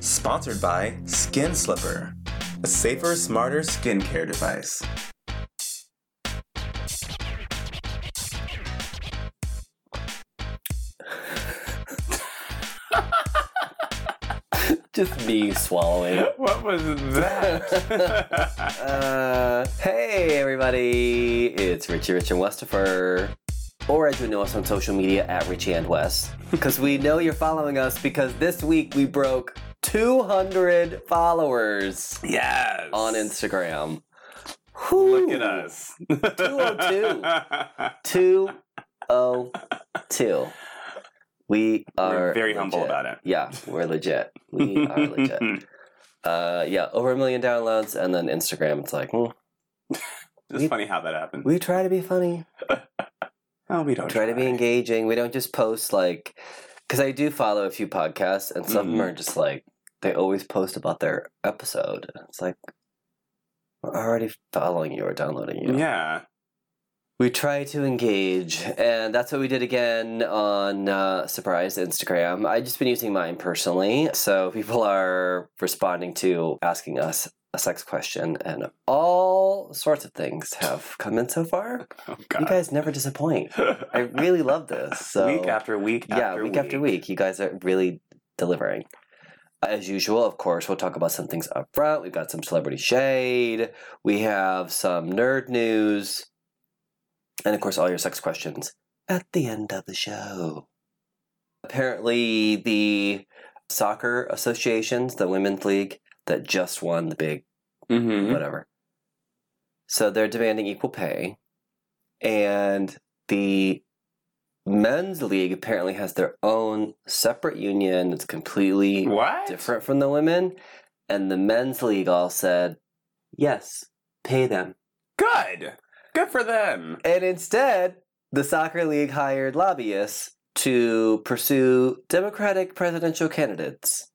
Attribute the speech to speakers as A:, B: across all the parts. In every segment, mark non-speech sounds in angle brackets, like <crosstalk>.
A: Sponsored by Skin Slipper, a safer, smarter skincare
B: <laughs>
A: device.
B: Just me swallowing.
C: What was that?
B: Uh, hey everybody, it's Richie Rich and Westifer. Or as you know us on social media at Richie and
C: <laughs>
B: West. Because we know you're following us because this week we broke 200 followers
C: <laughs> yes.
B: on Instagram.
C: Look
B: Whew.
C: at
B: <laughs>
C: us.
B: 202. 202. We are
C: <laughs> We're very humble
B: legit.
C: about it.
B: Yeah, we're legit. We are
C: <laughs>
B: legit. Uh, yeah, over a million downloads, and then Instagram. It's like, hmm,
C: It's
B: We-
C: funny how that happened.
B: we try to be funny.
C: oh, we don't
B: try to be engaging. We don't just post like because I do follow a few podcasts, and some of them
C: Mhm.
B: are just like they always post about their episode. It's like we're already following you or downloading you.
C: Yeah.
B: We try to engage, and that's what we did again on uh, surprise Instagram. I've just been using mine personally, so people are responding to asking us a sex question, and all sorts of things have come in so far.
C: Oh,
B: You
C: God.
B: guys never disappoint. I really love this.
C: <laughs>
B: So
C: week after week
B: yeah,
C: after
B: week, after week, you guys are really delivering. As usual, of course, we'll talk about some things up front. We've got some celebrity shade. We have some nerd news, and of course, all your sex questions at the end of the show. Apparently, the soccer associations, the women's league that just won the big
C: Mm-hmm.
B: whatever. So they're demanding equal pay, and the men's league apparently has their own separate union. It's completely
C: What?
B: different from the women, and the men's league all said, "Yes, pay them."
C: Good. Good for them.
B: And instead, the soccer league hired lobbyists to pursue Democratic presidential candidates.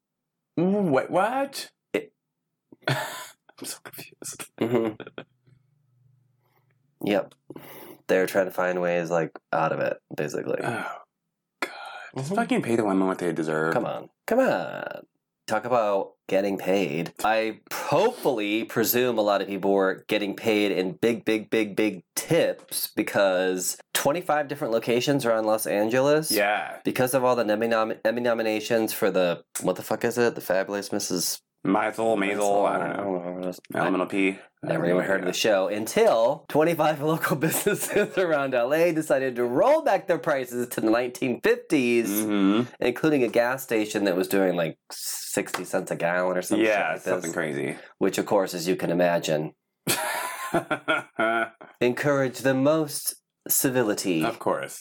C: What? What?
B: It-
C: <laughs> I'm so confused.
B: hmm
C: Mm-hmm.
B: Yep. They're trying to find ways like out of it, basically.
C: Oh, God. Just
B: Mhm.
C: fucking pay the women what they deserve.
B: Come on. Come on. Talk about getting paid. I hopefully presume a lot of people were getting paid in big, big, big, big tips because 25 different locations around Los Angeles.
C: Yeah.
B: Because of all the Emmy, nom- Emmy nominations for the, what the fuck is it? The Fabulous Mrs.
C: Mazel, mazel, I don't know.
B: what it is. I
C: Elemental P.
B: Never even heard of the show until 25 <laughs> local businesses <laughs> around LA decided to roll back their prices to the 1950s
C: Mm-hmm.
B: including a gas station that was doing like 60 cents a gallon or something
C: Yeah,
B: like this,
C: something crazy.
B: which of course as you can imagine encouraged the most civility
C: <laughs> of course.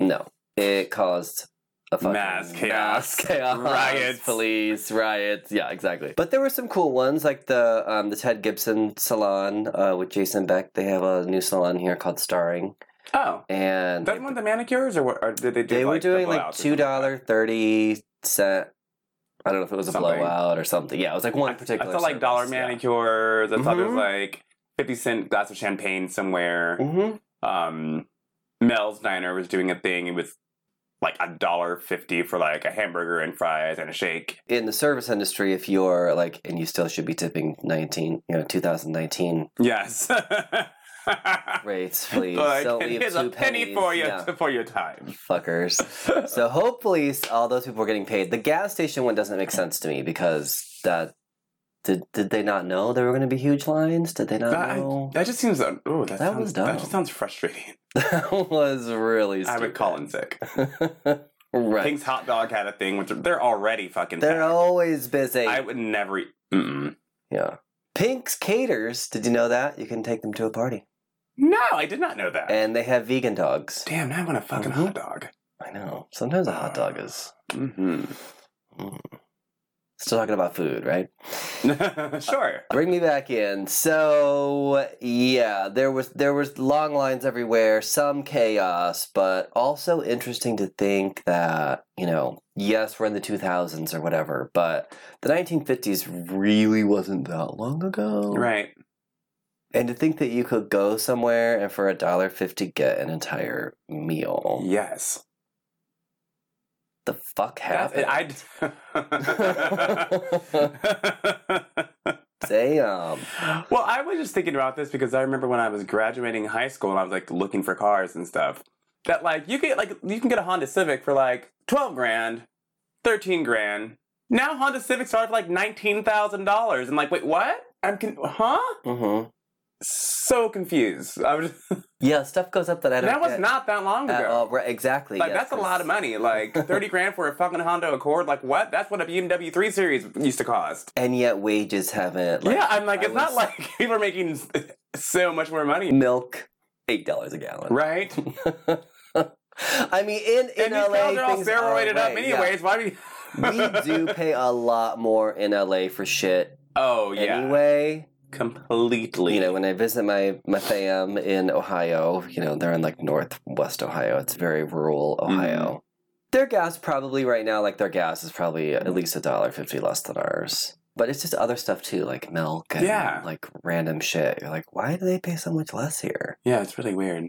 B: no it caused a fucking
C: Mass
B: mass
C: chaos.
B: <laughs> chaos
C: Riots.
B: police riots yeah exactly but there were some cool ones like the um, the ted gibson salon uh, with jason beck they have a new salon here called starring
C: Oh,
B: and
C: that one the manicures, or, what, or did they do?
B: they were
C: like, the
B: doing like
C: blowouts or
B: two
C: something
B: dollar thirty cent. I don't know if it was a
C: Something.
B: blowout or something. Yeah, it was like one
C: that? I, I
B: particular.
C: thought like dollar manicures. I thought there was
B: Mhm.
C: like fifty cent glass of champagne somewhere.
B: Mm-hmm.
C: Um, Mel's Diner was doing a thing with like a dollar fifty for like a hamburger and fries and a shake.
B: In the service industry, if you're like, and you still should be tipping nineteen, you know, two thousand nineteen
C: Yes. <laughs>
B: rates, please.
C: like,
B: don't leave
C: here's
B: two
C: a penny
B: pennies.
C: for you
B: Yeah,
C: <laughs> for your time.
B: fuckers. so hopefully, s- all those people were getting paid. The gas station one doesn't make sense to me because that did did they not know there were going to be huge lines? Did they not
C: That,
B: know?
C: that just seems. Oh, that,
B: That
C: sounds,
B: was dumb.
C: That just sounds <laughs> frustrating.
B: <laughs> That was really. Stupid.
C: I would call in sick.
B: right.
C: Pink's Hot Dog had a thing, which they're already fucking.
B: They're
C: packed.
B: always busy.
C: I would never. Eat. Mm-mm.
B: yeah. Pink's caters. Did you know that? You can take them to a party.
C: No, I did not know that.
B: And they have vegan dogs.
C: Damn, now I want a fucking
B: Mhm.
C: hot dog.
B: I know. Sometimes a hot dog
C: Uh.
B: is. Mm-hmm.
C: hmm
B: Still talking about food, right?
C: Mm-hmm. <laughs> sure.
B: <laughs> Bring me back in. So yeah, there was there was long lines everywhere, some chaos, but also interesting to think that, you know, yes, we're in the 2000s or whatever, but the 1950s really wasn't that long ago.
C: Right.
B: And to think that you could go somewhere and for a dollar fifty get an entire meal.
C: Yes.
B: the fuck
C: That's
B: happened?
C: it. I. <laughs>
B: <laughs> Damn.
C: well, I was just thinking about this because I remember when I was graduating high school and I was like looking for cars and stuff. That like you get like you can get a Honda Civic for like twelve grand, thirteen grand. Now Honda Civics are like nineteen thousand dollars. I'm like, wait, what? I'm con- huh?
B: Mm-hmm.
C: So confused. I was
B: Yeah, stuff goes up that I don't.
C: that was
B: get
C: not that long
B: at
C: ago.
B: all. Right, exactly.
C: Like
B: yes,
C: that's a lot of
B: 'cause-
C: money.
B: <laughs>
C: Like thirty grand for a fucking Honda Accord. Like what? That's what a BMW 3 Series used to cost.
B: And yet wages haven't. Like,
C: yeah, I'm like,
B: I
C: it's not
B: was-
C: like <laughs> people are making so much more money,
B: milk eight dollars a gallon.
C: right?
B: I mean, in
C: and
B: in
C: these
B: LA,
C: cows are all
B: things are
C: steroided up,
B: way- yeah.
C: anyways. Why we?
B: we do pay a lot more in LA for shit
C: <laughs> Oh <laughs> yeah,
B: anyway.
C: completely.
B: You know, when I visit my my fam in Ohio, you know, they're in like northwest Ohio. It's very rural Ohio. Their gas probably right now, like their gas is probably at least a dollar fifty less than ours. But it's just other stuff too, like milk and
C: Yeah.
B: like random shit. You're like, why do they pay so much
C: <laughs>
B: less here?
C: yeah, it's really weird.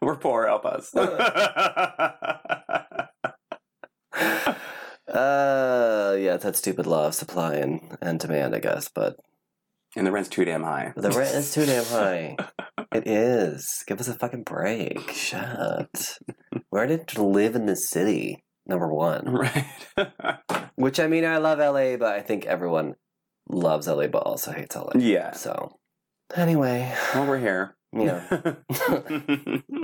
C: We're poor, help us. <laughs>
B: Uh, yeah, it's that stupid law of supply and, and demand, I guess. But
C: and the rent's too damn high.
B: The rent is too damn high. It is. Give us a fucking break. Shut. We're did to live in this city, number one.
C: <laughs> Right. <laughs>
B: Which I mean, I love LA, but I think everyone loves LA, but also hates LA.
C: yeah.
B: So, anyway,
C: Well, we're here.
B: yeah. <laughs>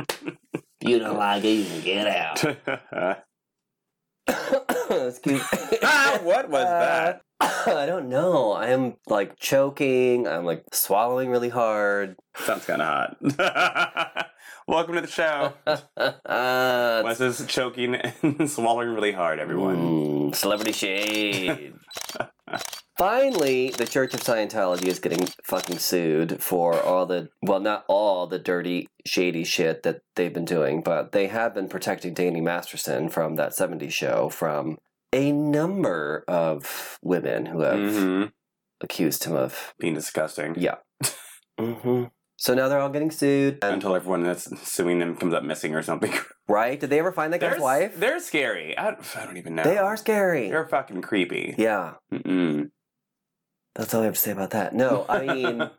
B: You don't like it, you can get out. <coughs> Excuse
C: <laughs>
B: me.
C: <laughs>
B: Uh,
C: ah, what was that?
B: <coughs> I don't know. I am like choking. I'm like swallowing really hard. <laughs>
C: Sounds kind of hot. <laughs> Welcome to the show.
B: Uh,
C: Wes is choking <laughs> and swallowing really hard, everyone.
B: Mm, celebrity shade. Finally, the Church of Scientology is getting fucking sued for all the, well, not all the dirty, shady shit that they've been doing, but they have been protecting Danny Masterson from that 70s show from a number of women who have
C: hmm
B: accused him of.
C: Being disgusting.
B: Yeah. Mm-hmm. So now they're all getting sued. And,
C: Until everyone that's suing them comes up missing or something.
B: right? Did they ever find that
C: They're,
B: guy's
C: s-
B: wife?
C: they're scary. I, don't- I don't even know.
B: They are scary.
C: They're fucking creepy.
B: Yeah.
C: Mm-mm.
B: That's all I have to say about that. No, I <laughs> mean.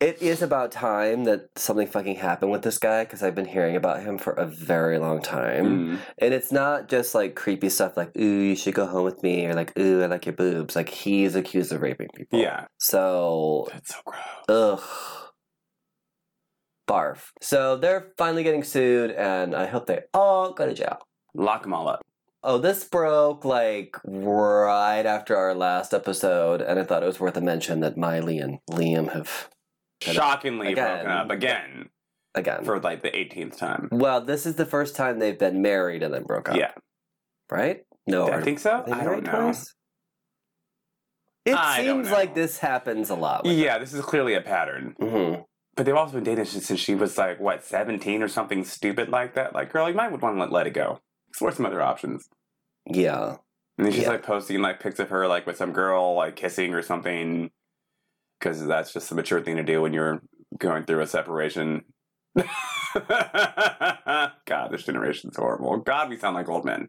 B: It is about time that something fucking happened with this guy because I've been hearing about him for a very long time.
C: <laughs> Mm.
B: And it's not just like creepy stuff like, ooh, you should go home with me or like, ooh, I like your boobs. Like, he's accused of raping people.
C: Yeah.
B: So,
C: That's so gross.
B: ugh. Barf. So they're finally getting sued and I hope they all go to jail.
C: Lock them all up.
B: Oh, this broke like right after our last episode, and I thought it was worth a mention that Miley and Liam have Shut up.
C: Shockingly
B: Again.
C: broken up again
B: again
C: for like the 18th time.
B: Well, this is the first time they've been married and then broke up.
C: Yeah.
B: Right? No.
C: I
B: are-
C: think so.
B: are they
C: I don't
B: married
C: know.
B: twice? It
C: I don't
B: seems like
C: know.
B: this happens a lot. With
C: Yeah, this is clearly a pattern.
B: hmm
C: But they've also been dating since since she was like what seventeen or something stupid like that. Like, girl, you might would want to let, let it go. Explore some other options.
B: Yeah. <laughs>
C: And then she's
B: Yeah.
C: like posting like pics of her like with some girl like kissing or something, because that's just the mature thing to do when you're going through a separation. <laughs> God, this generation's horrible. God, we sound like old men.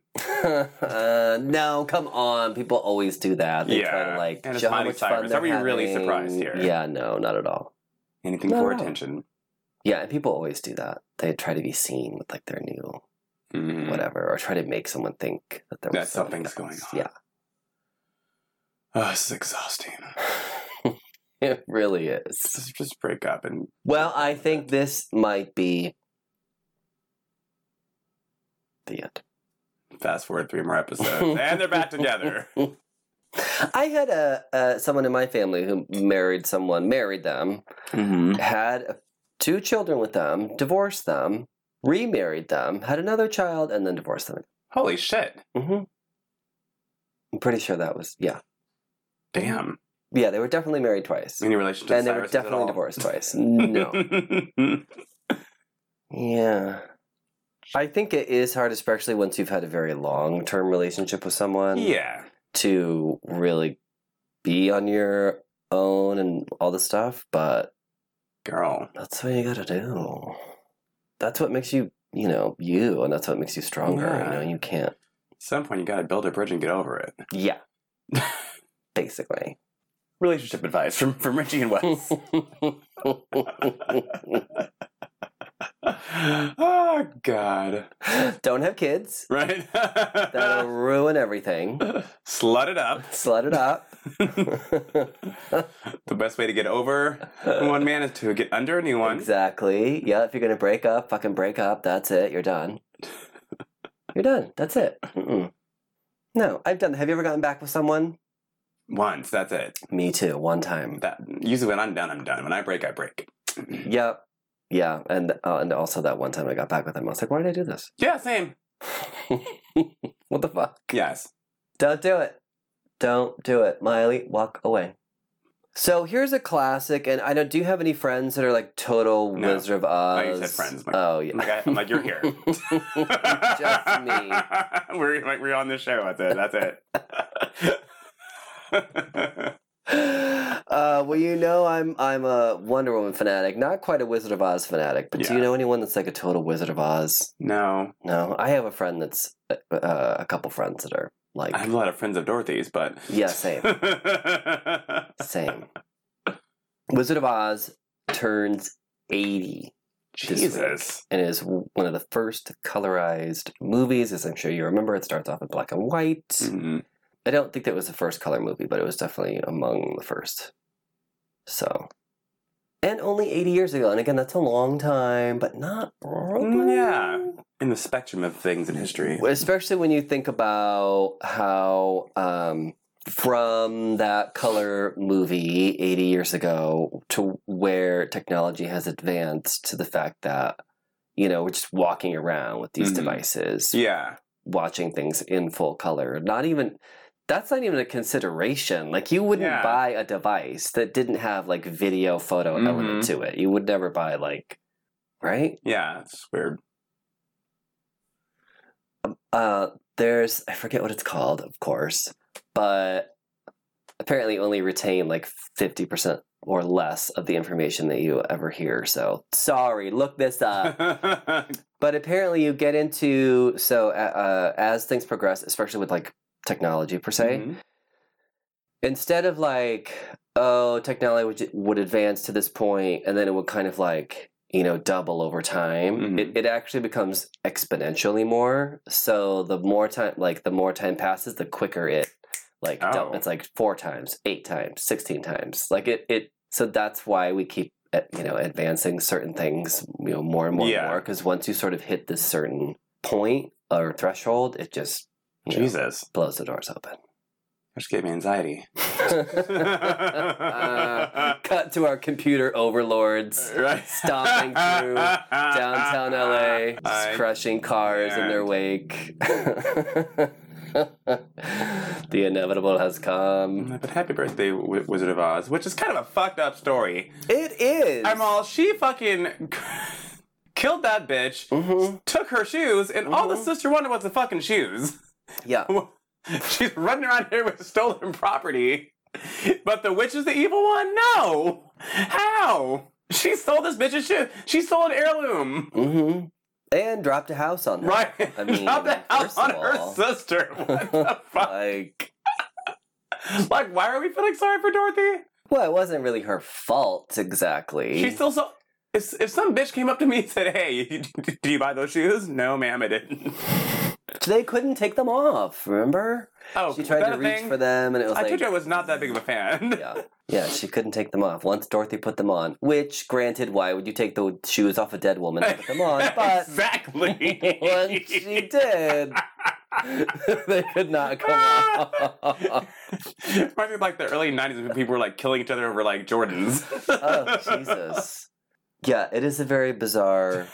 B: uh, no, come on. People always do that. They try
C: Yeah.
B: to like
C: And it's
B: show how
C: Miley
B: much fun
C: Cyrus.
B: they're
C: Are we really
B: having.
C: surprised here?
B: Yeah, no, not at all.
C: Anything
B: No,
C: for
B: no.
C: attention.
B: Yeah, and people always do that. They try to be seen with like their new
C: Mhm.
B: whatever, or try to make someone think that there
C: That
B: was
C: something's
B: else.
C: going on. Oh, this is exhausting.
B: Yeah, <laughs> it really is.
C: Just, just break up and
B: Well, I think this might be the end.
C: fast forward three more
B: <laughs>
C: episodes, and they're back together.
B: I had a uh, someone in my family who married someone, married them,
C: Mm-hmm.
B: had a- two children with them, divorced them, remarried them, had another child, and then divorced them.
C: Holy shit.
B: hmm I'm pretty sure that was yeah,
C: Damn.
B: yeah. They were definitely married twice,
C: Any relation to
B: Mm-hmm. and they were
C: Cyrus at
B: definitely
C: all?
B: divorced
C: <laughs>
B: twice. No.
C: <laughs>
B: Yeah. I think it is hard, especially once you've had a very long term relationship with someone,
C: yeah.
B: to really be on your own and all the stuff. But
C: Girl.
B: that's what you gotta do. That's what makes you you know, you, and that's what makes you stronger.
C: Yeah.
B: You know, you can't.
C: some point, you got to build a bridge and get over it.
B: Yeah, basically.
C: Relationship advice from, from Richie and Wes. <laughs> oh, God.
B: <laughs> Don't have kids.
C: Right? <laughs>
B: That'll ruin everything.
C: Slut it up.
B: Slut it up.
C: <laughs> The best way to get over one man is to get under a new one.
B: exactly. Yeah, if you're gonna break up, fucking break up. That's it.
C: <laughs>
B: You're done. You're done. That's it. Mm-mm. No, I've done. Have you ever gotten back with someone?
C: Once, that's it.
B: Me too. One time.
C: That usually when I'm done, I'm done. When I break, I break.
B: Yep. Yeah, and uh, and also that one time I got back with him, I was like, why did I do this? <laughs>
C: Yeah, same.
B: what the fuck?
C: Yes.
B: Don't do it. Don't do it, Miley. Walk away. So here's a classic, and I don't. Do you have any friends that are like total
C: No.
B: Wizard of Oz?
C: you said friends, like-
B: oh yeah.
C: I'm like, I, am like you're
B: <laughs>
C: here. <laughs>
B: Just me.
C: we're like we're on this show. That's it. That's it. <laughs>
B: Uh, well, you know, I'm I'm a Wonder Woman fanatic, not quite a Wizard of Oz fanatic, but do you
C: Yeah.
B: know anyone that's like a total Wizard of Oz?
C: no,
B: No, I have a friend that's uh, uh, a couple friends that are like
C: I have <laughs> a lot of friends of Dorothy's, but <laughs>
B: Yeah, same. same. Wizard of Oz turns eighty
C: Jesus.
B: and is one of the first colorized movies, as I'm sure you remember. It starts off in black and white.
C: Mhm.
B: I don't think that was the first color movie, but it was definitely among the first. So, and only 80 years ago. And again, that's a long time, but not broken.
C: Yeah. In the spectrum of things in history.
B: Especially when you think about how um, from that color movie 80 years ago to where technology has advanced to the fact that, you know, we're just walking around with these
C: Mhm.
B: devices,
C: Yeah.
B: watching things in full color. Not even that's not even a consideration. Like you wouldn't
C: Yeah.
B: buy a device that didn't have like video photo element
C: Mhm.
B: to it. You would never buy like right?
C: Yeah. It's weird.
B: Uh there's I forget what it's called, of course, but apparently only retain like 50% or less of the information that you ever hear. So, sorry, look this up.
C: <laughs>
B: But apparently, you get into so uh, uh, as things progress, especially with like technology per se.
C: Mhm.
B: Instead of like, oh, technology would, would advance to this point, and then it would kind of like you know double over time.
C: Mhm.
B: It, it actually becomes exponentially more. So the more time, like the more time passes, the quicker it like
C: Oh.
B: dou- it's like four times, eight times, sixteen times. Like it it. So that's why we keep uh, you know advancing certain things you know more and more and
C: Yeah.
B: more because once you sort of hit this certain point or threshold, it just you know,
C: Jesus.
B: blows the doors open.
C: Just gave me
B: <laughs>
C: anxiety.
B: Cut to our computer overlords
C: right.
B: stomping through downtown LA,
C: <laughs>
B: just
C: I-
B: crushing cars in their wake. <laughs> the inevitable has come.
C: But happy birthday, Wi- Wizard of Oz, which is kind of a fucked up story.
B: It is.
C: I'm all she fucking <laughs> killed that bitch,
B: Mhm.
C: took her shoes, and all the
B: Mhm.
C: sister wanted was the fucking shoes.
B: Yeah.
C: <laughs> She's running around here with stolen property. But the witch is the evil one? No! How? She stole this bitch's shoe. She stole an heirloom.
B: hmm And dropped a house on her.
C: Right. <laughs>
B: I mean,
C: Drop the house
B: first of
C: on her
B: all-
C: sister. What
B: <laughs>
C: the fuck?
B: Like,
C: Like, why are we feeling sorry for Dorothy?
B: well, it wasn't really her fault exactly.
C: She still so. If, if some bitch came up to me and said, "Hey, <laughs> did you buy those shoes?" No, ma'am, I
B: <laughs>
C: didn't.
B: they couldn't take them off. Remember?
C: Oh,
B: she tried
C: that
B: to
C: a
B: reach
C: thing?
B: for them, and it was
C: I
B: like,
C: told you I was not that big of a fan.
B: yeah, yeah, she couldn't take them off. Once Dorothy put them on, which, granted, why would you take the shoes off a dead woman and put
C: <laughs>
B: them on? But
C: exactly.
B: <laughs> once she did, <laughs> they could not come off.
C: <laughs> Reminds me of like the early '90s when people were like killing each other over like Jordans. <laughs>
B: oh Jesus! Yeah, it is a very bizarre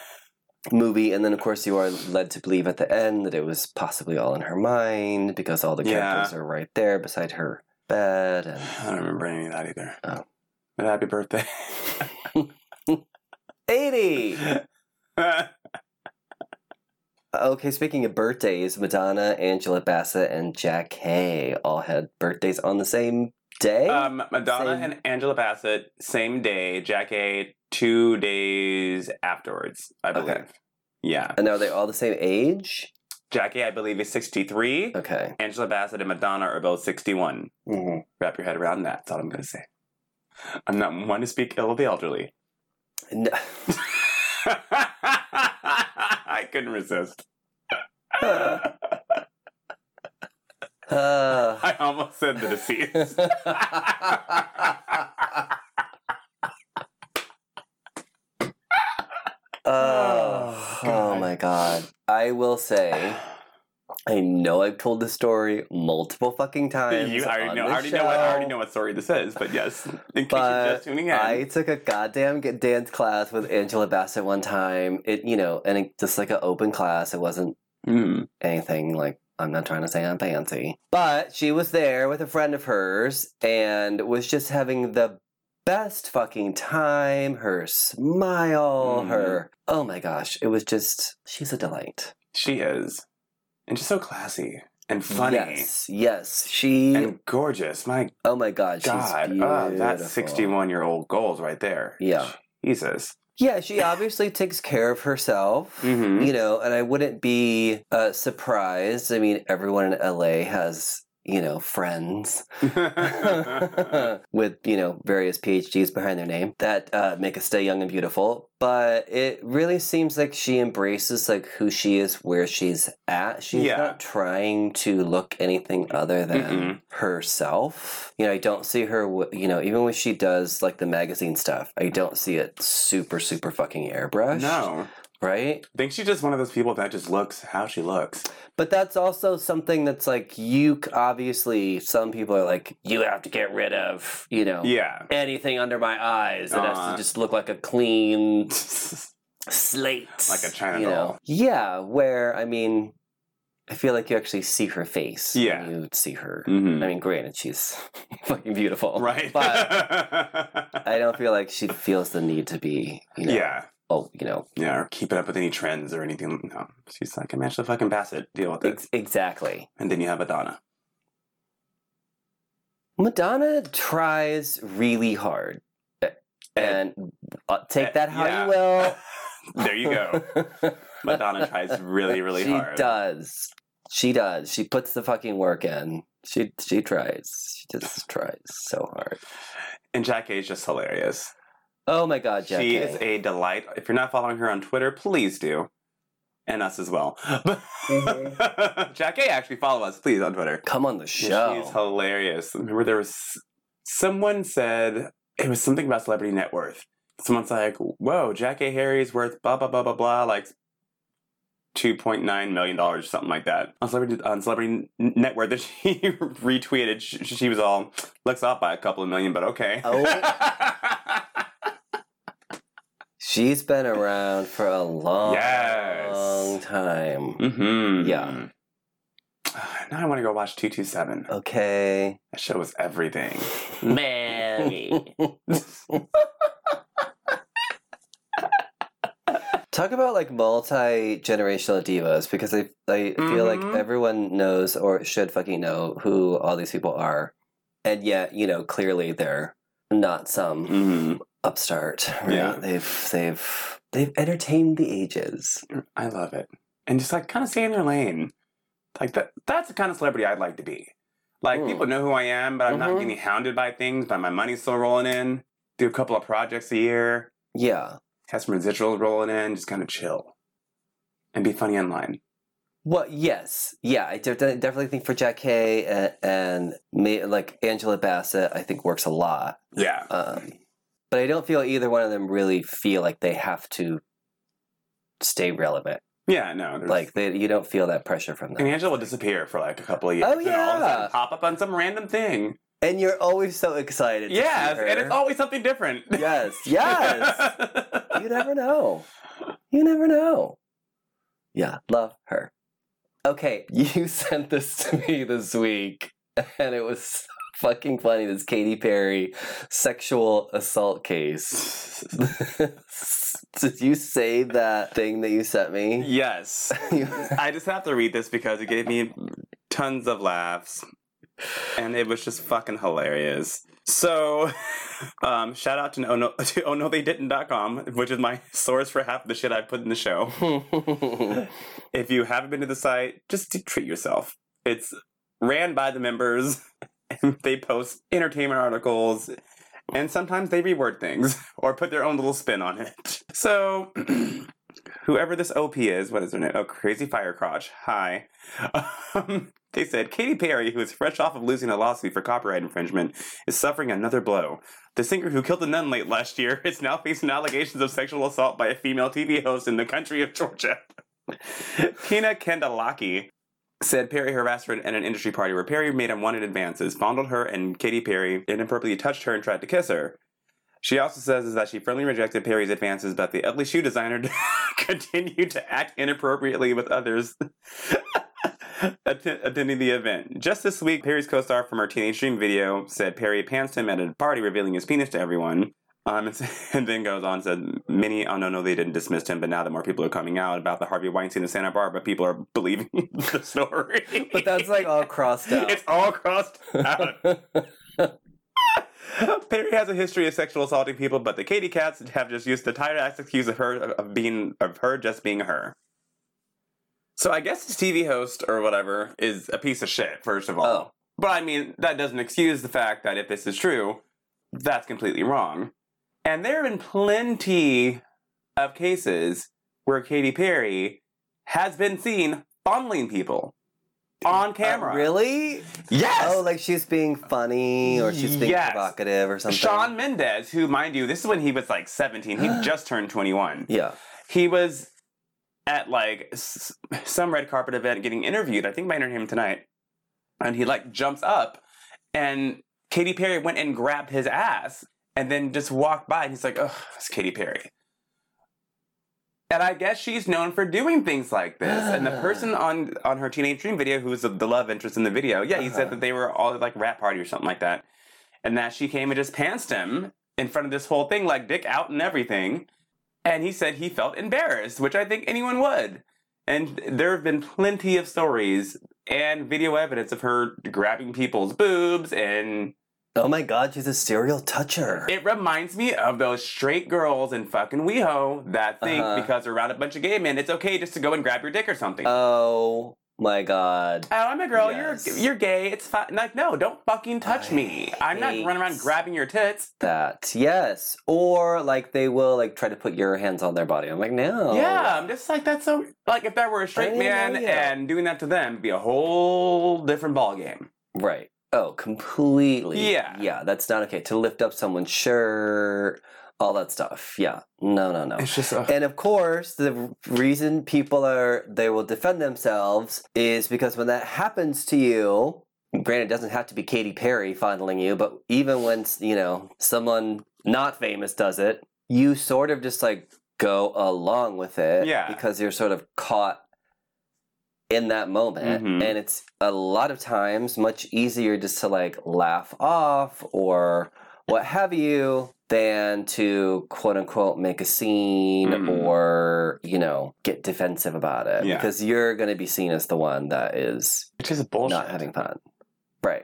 B: movie, and then of course you are led to believe at the end that it was possibly all in her mind because all the
C: Yeah.
B: characters are right there beside her bed, and
C: I don't remember any of that either.
B: Oh.
C: But happy
B: <laughs>
C: birthday.
B: eighty. Okay, speaking of birthdays, Madonna, Angela Bassett, and Jack Hay all had birthdays on the same day.
C: um, Madonna
B: Same.
C: and Angela Bassett, same day. Jack A, two days afterwards, I
B: Okay.
C: believe. Yeah.
B: And are they all the same age?
C: Jackie, I believe, is 63.
B: Okay.
C: Angela Bassett and Madonna are both 61.
B: Mhm.
C: Wrap your head around that. That's all I'm going to say. I'm not one to speak ill of the elderly.
B: No.
C: <laughs> I couldn't resist. <laughs> I Oh,
B: Uh.
C: almost said the deceased. <laughs>
B: oh, oh
C: God.
B: my god. I will say, I know I've told this story multiple fucking times.
C: you already
B: on
C: know. I already
B: this
C: know. What, I already
B: show.
C: know what story this is. But yes, <laughs> in case
B: But
C: you're just tuning in,
B: I took a goddamn g- dance class with Angela Bassett one time. It, you know, and it, just like an open class. It wasn't
C: Mm.
B: anything like I'm not trying to say I'm fancy. But she was there with a friend of hers and was just having the best fucking time. Her smile,
C: Mhm.
B: her oh my gosh, it was just she's a delight.
C: she is, and she's so classy and funny
B: Yes, yes. She
C: and gorgeous. My
B: oh my god,
C: God,
B: she's
C: oh,
B: beautiful.
C: that's sixty-one-year-old gold right there.
B: Yeah. <laughs>
C: Jesus. <laughs>
B: Yeah, she obviously takes care of herself.
C: Mhm.
B: You know, and I wouldn't be uh, surprised. I mean, everyone in LA has, you know, friends <laughs> with you know various PhDs behind their name that uh, make us stay young and beautiful. But it really seems like she embraces like who she is, where she's at. She's
C: Yeah.
B: not trying to look anything other than
C: Mm-mm.
B: herself. You know, I don't see her. w- You know, even when she does like the magazine stuff, I don't see it super super fucking airbrushed.
C: no,
B: right?
C: I think she's just one of those people that just looks how she looks.
B: But that's also something that's like you c- obviously some people are like you have to get rid of. You know,
C: Yeah.
B: anything under my eyes. It has
C: Uh.
B: to just look like a clean slate.
C: Like a China
B: you know?
C: doll.
B: Yeah, where, I mean, I feel like you actually see her face
C: Yeah.
B: when you see her.
C: Mhm.
B: I mean, granted, she's <laughs> fucking
C: <laughs>
B: beautiful.
C: right.
B: But
C: <laughs>
B: I don't feel like she feels the need to be, you know,
C: Yeah.
B: oh, you know,
C: Yeah, or keeping up with any trends or anything. No, she's like, I'm Angela fucking Bassett. Deal with it.
B: ex- exactly.
C: And then you have Adana.
B: Madonna tries really hard. And uh, take that how
C: yeah.
B: you will.
C: <laughs> there you go.
B: <laughs>
C: Madonna tries really, really
B: she
C: hard.
B: does. She does. She puts the fucking work in. She she tries. She just tries so hard.
C: And Jackie is just hilarious.
B: Oh my god, Jackie.
C: She is a delight. If you're not following her on Twitter, please do. And us as well. <laughs>
B: Mm-hmm.
C: Jackie, actually follow us, please, on Twitter.
B: Come on the
C: She's
B: show.
C: hilarious. Remember, there was s- someone said it was something about celebrity net worth. Someone's like, "Whoa, Jack A. Harry's worth blah blah blah blah blah like two point nine million dollars, something like that." On celebrity on celebrity N- net worth, <laughs> that she retweeted, she, she was all looks off by a couple of million, but okay. <laughs>
B: Oh. She's been around for a long
C: Yes.
B: time.
C: hmm
B: Yeah.
C: <sighs> Now I want to go watch two two seven.
B: Okay.
C: That show was everything.
B: <laughs> Mary. Talk about like multi generational divas because I I feel like
C: Mhm.
B: everyone knows or should fucking know who all these people are, and yet you know clearly they're not some
C: hmm
B: upstart. Right?
C: Yeah.
B: they've they've they've entertained the ages.
C: I love it. And just like kind of stay in your lane. Like that that's the kind of celebrity I'd like to be. Like
B: Mm.
C: people know who I am, but I'm
B: Mhm.
C: not getting hounded by things, but my money's still rolling in. Do a couple of projects a year,
B: Yeah.
C: have some residuals rolling in, just kind of chill. And be funny online.
B: Well, yes, yeah, I de- de- definitely think for Jack Hay and, and ma- like Angela Bassett, I think works a lot.
C: Yeah.
B: Um, but I don't feel either one of them really feel like they have to stay relevant.
C: Yeah, no. there's-
B: Like they, you don't feel that pressure from
C: and
B: them.
C: Angela will disappear for like a couple of years.
B: Oh,
C: and all of a
B: yeah.
C: sudden pop up on some random thing.
B: And you're always so excited. to see
C: yes, and
B: her.
C: it's always something different.
B: <laughs> yes, yes.
C: <laughs>
B: you never know. You never know. Yeah, love her. Okay, <laughs> you sent this to me this week, and it was so fucking funny. This Katy Perry sexual assault case. <laughs> Did you say that thing that you sent me?
C: yes.
B: You-
C: <laughs> I just have to read this because it gave me tons of laughs. And it was just fucking hilarious. So, <laughs> um, shout out to oh no, <laughs> to oh no they didn't.com, which is my source for half the shit I put in the show. If you haven't been to the site, just t- treat yourself. It's ran by the members, <laughs> and they post entertainment articles, and sometimes they reword things <laughs> or put their own little spin on it. So, <clears throat> whoever this OP is, what is her name? Oh, Crazy Firecrotch. Hi. <laughs> Um, they said Katy Perry, who is fresh off of losing a lawsuit for copyright infringement, is suffering another blow. The singer who killed a nun late last year <laughs> is now facing allegations of sexual assault by a female TV host in the country of Georgia. <laughs> Tina Kendalaki said Perry harassed her at an industry party where Perry made unwanted advances, fondled her and Katy Perry, inappropriately touched her and tried to kiss her. She also says is that she firmly rejected Perry's advances, but the ugly shoe designer <laughs> continued to act inappropriately with others <laughs> atten- attending the event. Just this week, Perry's co-star from her Teenage Dream video said Perry pantsed him at a party, revealing his penis to everyone. Um, <laughs> and, and then goes on said many. Oh no, no, they didn't dismiss him, but now that more people are coming out about the Harvey Weinstein in Santa Barbara, people are <laughs> believing the story.
B: <laughs> but that's like all crossed
C: <laughs>
B: out.
C: it's all
B: <laughs>
C: crossed out. <laughs> Perry has a history of sexual assaulting people, but the Katy Cats have just used the tired ass excuse of her of being of her just being her. So I guess his TV host or whatever is a piece of shit, first of all.
B: Oh.
C: But I mean, that doesn't excuse the fact that if this is true, that's completely wrong. And there have been plenty of cases where Katy Perry has been seen fondling people on
B: Uh,
C: camera.
B: really?
C: Yes.
B: Oh, like she's being funny or she's being
C: Yes.
B: provocative or something.
C: Sean Mendez, who, mind you, this is when he was like 17.
B: <gasps>
C: He just turned 21.
B: Yeah.
C: He was at like s- some red carpet event getting interviewed. I think by interviewed him tonight. And he like jumps up and Katy Perry went and grabbed his ass and then just walked by. And he's like, oh, it's Katy Perry. And I guess she's known for doing things like this. And
B: <gasps>
C: the person on on her teenage dream video, who was the the love interest in the video, yeah, he
B: Uh-huh.
C: said that they were all at like rap party or something like that, and that she came and just pantsed him in front of this whole thing, like dick out and everything. And he said he felt embarrassed, which I think anyone would. And there have been plenty of stories and video evidence of her grabbing people's boobs and
B: Oh my god, she's a serial toucher.
C: it reminds me of those straight girls in fucking WeHo that think
B: Uh-huh.
C: because they're around a bunch of gay men, it's okay just to go and grab your dick or something. oh,
B: oh my god.
C: I'm a girl. You're
B: yes.
C: you're gay. It's fine. Like, no, don't fucking touch
B: I
C: me. I'm not
B: hate-
C: running around grabbing your tits.
B: That. Yes. Or like they will like try to put your hands on their body. I'm like, no.
C: Yeah, I'm just like that's so. Like, if that were a straight
B: didn't
C: man
B: know you.
C: and doing that to them, it'd be a whole different ballgame.
B: Right. Oh, completely.
C: Yeah.
B: Yeah, that's not okay. To lift up someone's shirt, all that stuff. Yeah. No, no, no.
C: It's just uh, a,
B: And of course, the reason people are they will defend themselves is because when that happens to you, granted, it doesn't have to be Katy Perry fondling you, but even when you know someone not famous does it, you sort of just like go along with it,
C: Yeah.
B: because you're sort of caught in that moment,
C: Mhm.
B: and it's a lot of times much easier just to like laugh off or what have you than to quote unquote make a scene
C: Mhm.
B: or you know get defensive about it
C: Yeah.
B: because you're going to be seen as the one that is
C: it's just bullshit.
B: not having fun right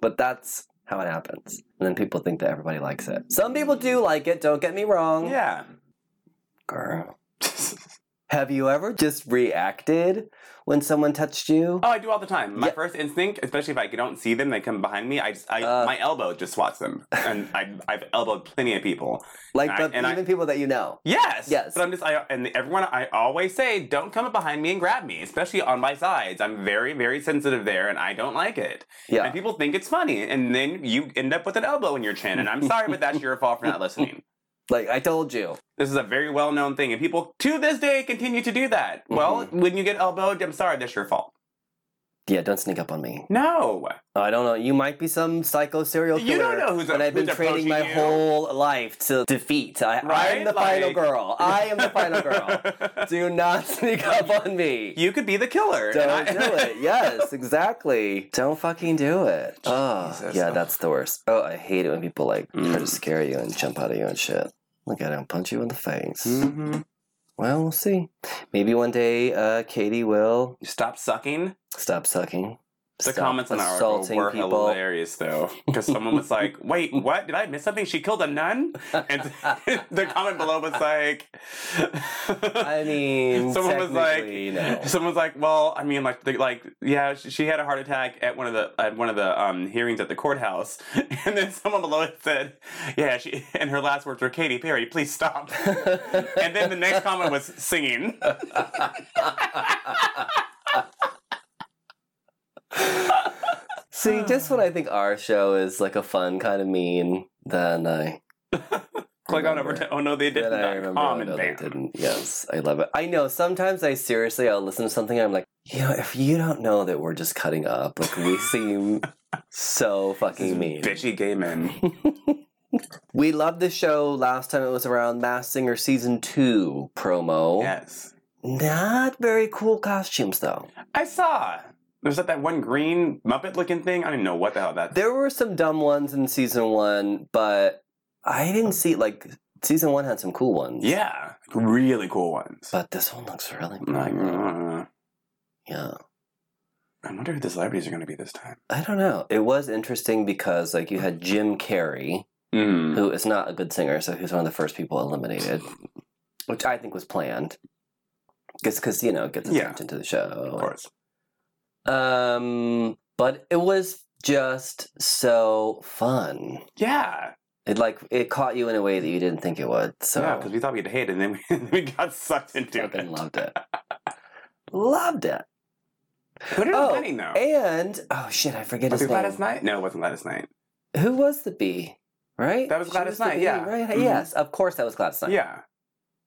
B: but that's how it happens and then people think that everybody likes it some people do like it don't get me wrong
C: <laughs> yeah.
B: girl have you ever just reacted when someone touched you
C: Oh, I do all the time. My
B: Yeah.
C: first instinct, especially if I don't see them, they come behind me. I just, I,
B: Uh.
C: my elbow just swats them, and I've, I've elbowed plenty of people.
B: like
C: I-
B: the, even
C: and I-
B: people that you know
C: Yes,
B: Yes.
C: But I'm just, I, and everyone, I always say, don't come up behind me and grab me, especially on my sides. I'm very, very sensitive there, and I don't like it.
B: yeah
C: And people think it's funny, and then you end up with an elbow in your chin. And I'm sorry, but that's your fault for
B: <laughs>
C: not listening.
B: like i told you
C: This is a very well known thing, and people to this day continue to do that. Well,
B: Mm-hmm.
C: when you get elbowed, I'm sorry, that's your fault.
B: yeah don't sneak up on me
C: No.
B: I don't know. You might be some psycho serial killer.
C: You don't know who's-
B: But I've been
C: who's
B: training my
C: approaching you.
B: whole life to defeat. I,
C: Right?
B: I'm the final
C: Like-
B: girl. I am the
C: <laughs>
B: final girl. Do not <laughs> sneak up on me.
C: you could be the killer.
B: don't
C: and I-
B: do
C: <laughs>
B: it. Yes, exactly. Don't fucking do it. Oh,
C: Jesus.
B: yeah, that's the worst. Oh, I hate it when people like try to
C: Mm.
B: scare you and jump out of you and shit. Look at him punch you in the face. Mm-hmm.
C: Mhm.
B: Well, we'll see. Maybe one day uh, Katie will
C: Stop sucking.
B: stop sucking.
C: The
B: stuff.
C: comments on that article
B: assaulting
C: were
B: people. <laughs>
C: hilarious, though, because someone was like, "Wait, what? Did I miss something? She killed a nun?" And <laughs> the comment below was like,
B: I
C: <laughs>
B: mean,
C: someone was like,
B: technically, no.
C: <laughs> someone was like, "Well, I mean, like, the, like, yeah, she, she had a heart attack at one of the at one of the um, hearings at the courthouse," <laughs> and then someone below it said, "Yeah, she and her last words were Katy Perry, please stop." and then the next comment was singing.
B: <laughs> See, just when I think our show is like a fun kind of mean, then I
C: <laughs> Click on over
B: Remember.
C: to oh no they
B: then
C: didn't.
B: I
C: dot
B: remember
C: com,
B: oh,
C: and
B: no, they
C: bam.
B: didn't. Yes, I love it. I know. Sometimes I seriously, I'll listen to something. and I'm like, you know, if you don't know that we're just cutting up,
C: <laughs>
B: like we seem so fucking mean.
C: Bitchy gay men.
B: We loved the show last time. It was around Mass Singer season two promo.
C: yes,
B: Not very cool costumes though.
C: I saw. There's that that one green Muppet looking thing. I don't even know what the hell that.
B: There were some dumb ones in season one, but I didn't see like season one had some cool ones.
C: yeah, really cool ones.
B: But this one looks really
C: Like, uh,
B: yeah.
C: I wonder who the celebrities are going to be this time.
B: I don't know. It was interesting because like you had Jim Carrey,
C: Mm.
B: who is not a good singer, so he's one of the first
C: <laughs>
B: people eliminated, which I think was planned. Just because you know it gets
C: Yeah.
B: attention to the show.
C: Of course.
B: Um, but it was just so fun.
C: Yeah.
B: It like it caught you in a way that you didn't think it would. So
C: yeah, because we thought we'd hate it, and then we, <laughs> we got sucked into
B: fucking
C: it.
B: loved it. <laughs> loved it.
C: Who did
B: Oh,
C: oh, winning though?
B: And oh shit, I forget
C: Was
B: his
C: it
B: name.
C: Gladys Knight? No, it wasn't Gladys Knight.
B: Who was the bee? Right?
C: That was
B: She
C: Gladys
B: the
C: Knight,
B: bee,
C: yeah.
B: Right?
C: Mhm.
B: Yes, of course that was Gladys Knight.
C: Yeah.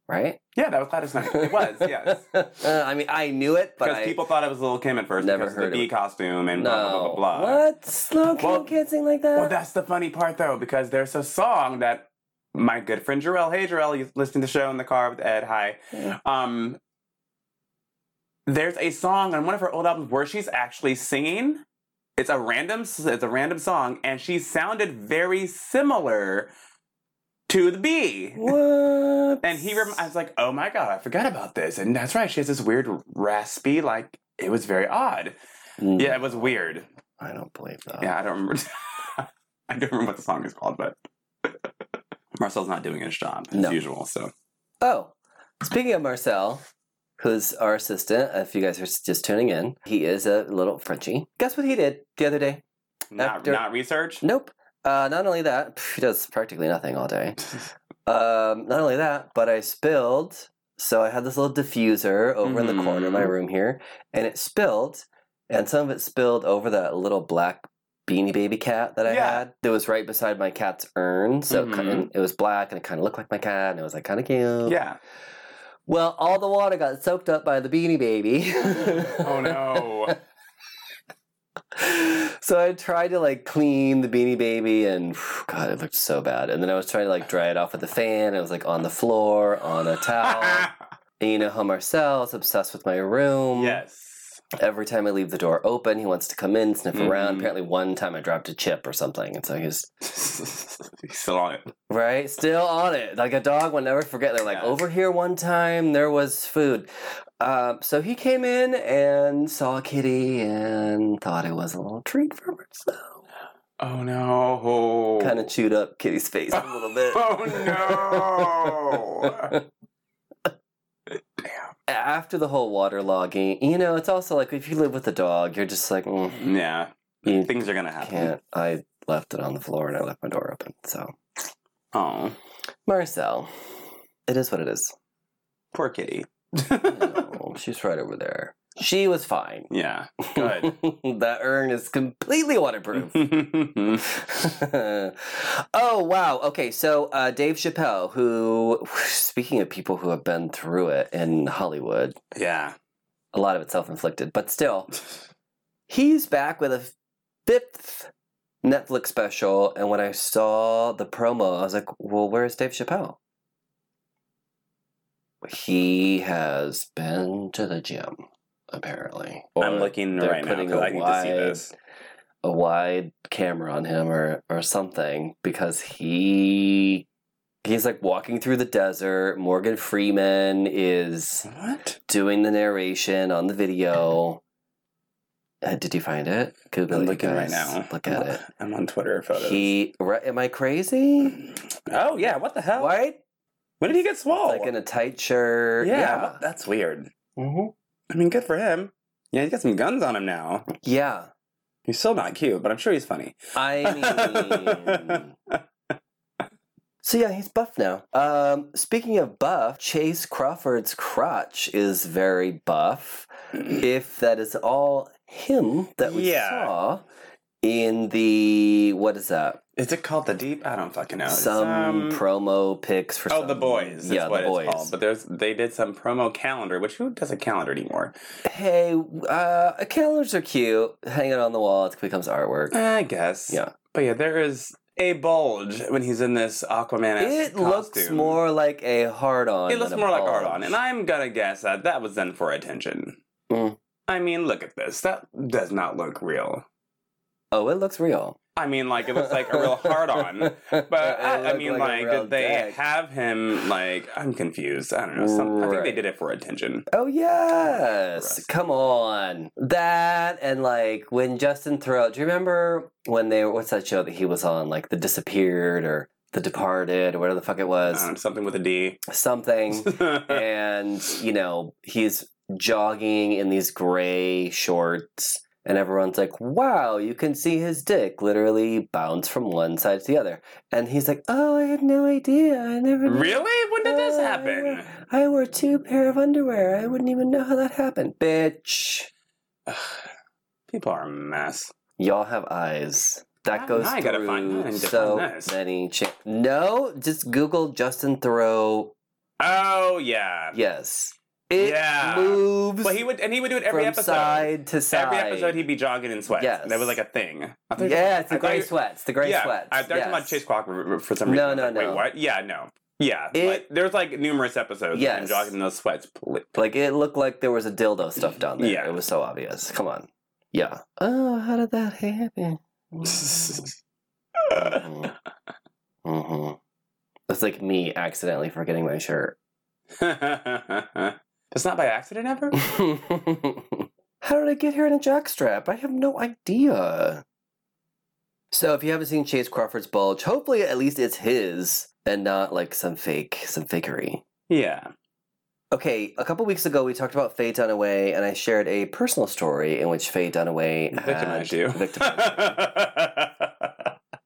B: Right?
C: Yeah, that was Gladys Knight. <laughs> It
B: <laughs>
C: was, yes.
B: Uh, I mean, I knew it, but
C: Because
B: I
C: people thought it was Little Kim at first
B: Never
C: because of
B: heard
C: the
B: of
C: bee
B: it.
C: costume and
B: no.
C: blah, blah, blah, blah, blah.
B: What? Slow
C: Well-
B: can't sing like that.
C: Well, that's the funny part, though, because there's a song that my good friend Jarrell, hey Jarrell, you listening to the show in the car with Ed, hi.
B: Yeah.
C: Um, there's a song on one of her old albums where she's actually singing. It's a random, s- it's a random song, and she sounded very similar to the bee.
B: what?
C: And he, rem- I was like, oh my god, I forgot about this. And that's right, she has this weird raspy, like it was very odd.
B: Mm,
C: Yeah, it was weird.
B: I don't believe that.
C: Yeah, I don't remember. <laughs> I don't remember what the song is called, but <laughs> Marcel's not doing his job as
B: No.
C: usual. So
B: Oh, speaking of Marcel, who's our assistant, if you guys are just tuning in, he is a little Frenchie. Guess what he did the other day?
C: not
B: After-
C: not research.
B: Nope. Uh, not only that, <laughs> pff, he does practically nothing
C: <laughs>
B: all day. Um, not only that, but I spilled. So I had this little diffuser over in the corner of my
C: Mhm.
B: room here, and it spilled, and some of it spilled over that little black beanie baby cat that I
C: Yeah. Mm-hmm.
B: had that was right beside my cat's urn. So it, kind it was black and it kind of looked like my cat, and it was like kind of cute.
C: Yeah.
B: Well, all the water got soaked up by the beanie baby.
C: Oh
B: <laughs>
C: no.
B: So I tried to like clean the beanie baby and <sighs> phew, god it looked so bad. And then I was trying to like dry it off with a fan. It was like on the floor, on a towel. and you know how Marcel is obsessed with my room.
C: <laughs> yes. <laughs>
B: Every time I leave the door open, he wants to come in, sniff around.
C: Mhm.
B: Apparently one time I dropped a chip or something. And so he's
C: He's still on it.
B: Right? Still on it. Like a dog will never forget. They're like,
C: Yeah.
B: over here one time there was food. Um, so he came in and saw a kitty and thought it was a little treat for herself.
C: Oh no. <laughs>
B: Kind of chewed up kitty's face a little bit.
C: Oh no. Damn.
B: After the whole waterlogging, you know, it's also like if you live with a dog, you're just like, mm, <laughs>
C: Yeah.
B: you
C: Things are gonna happen.
B: can't. I left it on the floor and I left my door open. So,
C: Oh,
B: Marcel, it is what it is.
C: poor
B: <laughs>
C: kitty.
B: Oh, she's right over there. She was fine.
C: yeah.
B: <laughs>
C: Good.
B: that urn is completely waterproof. <laughs> oh wow. Okay, so uh, Dave Chappelle, who <sighs> speaking of people who have been through it in Hollywood,
C: <laughs> yeah.
B: a lot of it self-inflicted, but
C: <laughs>
B: still, he's back with a fifth Netflix special. And when I saw the promo, I was like, "Well, where's Dave Chappelle?" He has been to the gym, apparently.
C: I'm
B: Or-
C: looking
B: they're
C: right now
B: putting
C: 'cause
B: a
C: I need to see
B: wide-
C: this.
B: a wide camera on him or or something because he he's like walking through the desert. Morgan Freeman is
C: What? <laughs>
B: doing the narration on the video. Uh, did you find it? Google
C: I'm
B: it, you
C: looking right
B: guys.
C: now.
B: Look
C: <laughs>
B: at it.
C: I'm on Twitter photos.
B: He. Right, am I crazy?
C: oh yeah, what the hell?
B: White,
C: When did he get swole?
B: like in a tight shirt.
C: Oh. yeah,
B: Yeah.
C: what- that's weird. I mean, good for him. Yeah, he's got some guns on him now.
B: Yeah.
C: He's still not cute, but I'm sure he's funny.
B: I
C: <laughs>
B: mean. So yeah, he's buff now. Um, speaking of buff, Chase Crawford's crotch is very buff.
C: <clears throat>
B: if that is all him that we
C: Yeah.
B: saw in the what is that?
C: Is it called the deep? I don't fucking know. It's,
B: some
C: um,
B: promo pics for
C: Oh,
B: some-
C: the boys. That's
B: Yeah,
C: what
B: the boys.
C: it's called. But there's they did some promo calendar, which who does a calendar anymore?
B: hey, uh, calendars are cute. Hang it on the wall. It becomes artwork.
C: I guess.
B: Yeah.
C: But yeah, there is a bulge when he's in this Aquaman.
B: It looks more like a hard on.
C: It looks more like hard on, and I'm gonna guess that that was done for attention.
B: Mm.
C: I mean, look at this. That does not look real.
B: oh, it looks real.
C: I mean, like it looks like a real hard
B: <laughs>
C: on.
B: But
C: But I, I mean, like, did they have him? Like, I'm confused. I don't know. Some, I think they
B: Right.
C: did it for attention.
B: Oh yes!
C: Gross.
B: Come on, that and like when Justin Thoreau. Do you remember when they? What's that show that he was on? Like The Disappeared or The Departed or whatever the fuck it was.
C: Um, something with a D.
B: Something.
C: <laughs>
B: and you know he's jogging in these gray shorts, and everyone's like, "Wow, you can see his dick literally bounce from one side to the other," and he's like, "Oh, I had no idea. I never knew."
C: really? When did this
B: Uh,
C: happen?
B: I wore two pair of underwear. I wouldn't even know how that happened. Bitch.
C: Ugh, People are a mess.
B: Y'all have
C: Ah,
B: eyes. That goes
C: I gotta
B: through
C: find mine to
B: so
C: find this.
B: many cha- No, just Google Justin Thoreau.
C: Oh yeah.
B: Yes. It
C: Yeah.
B: moves
C: But he would, and he would do it every
B: from
C: episode.
B: side to side.
C: Every episode, he'd be jogging in sweats.
B: Yes.
C: That was like a thing. I thought-
B: Yeah, it's the
C: I thought
B: gray
C: you-
B: sweats. The gray
C: yeah,
B: sweats.
C: I thought you were talking about
B: yes.
C: Chase Clock for some
B: No,
C: reason. I was like,
B: no, no.
C: Wait, what? Yeah, no. Yeah,
B: It-
C: like, there's like numerous episodes of him
B: Yes.
C: jogging in those sweats. Pl-
B: Like it looked like there was a dildo stuff down there.
C: Yeah.
B: It was so obvious. Come on. Yeah. Oh, how did that happen? Mm-hmm. Mhm. Mhm. It's like me accidentally forgetting my shirt.
C: <laughs>
B: <laughs>
C: That's not by accident ever.
B: How did I get here in a jockstrap? I have no idea. So if you haven't seen Chase Crawford's bulge, hopefully at least it's his and not like some fake, some fakery.
C: yeah.
B: Okay, a couple weeks ago we talked about Faye Dunaway, and I shared a personal story in which Faye Dunaway
C: Victimized
B: had
C: you.
B: victimized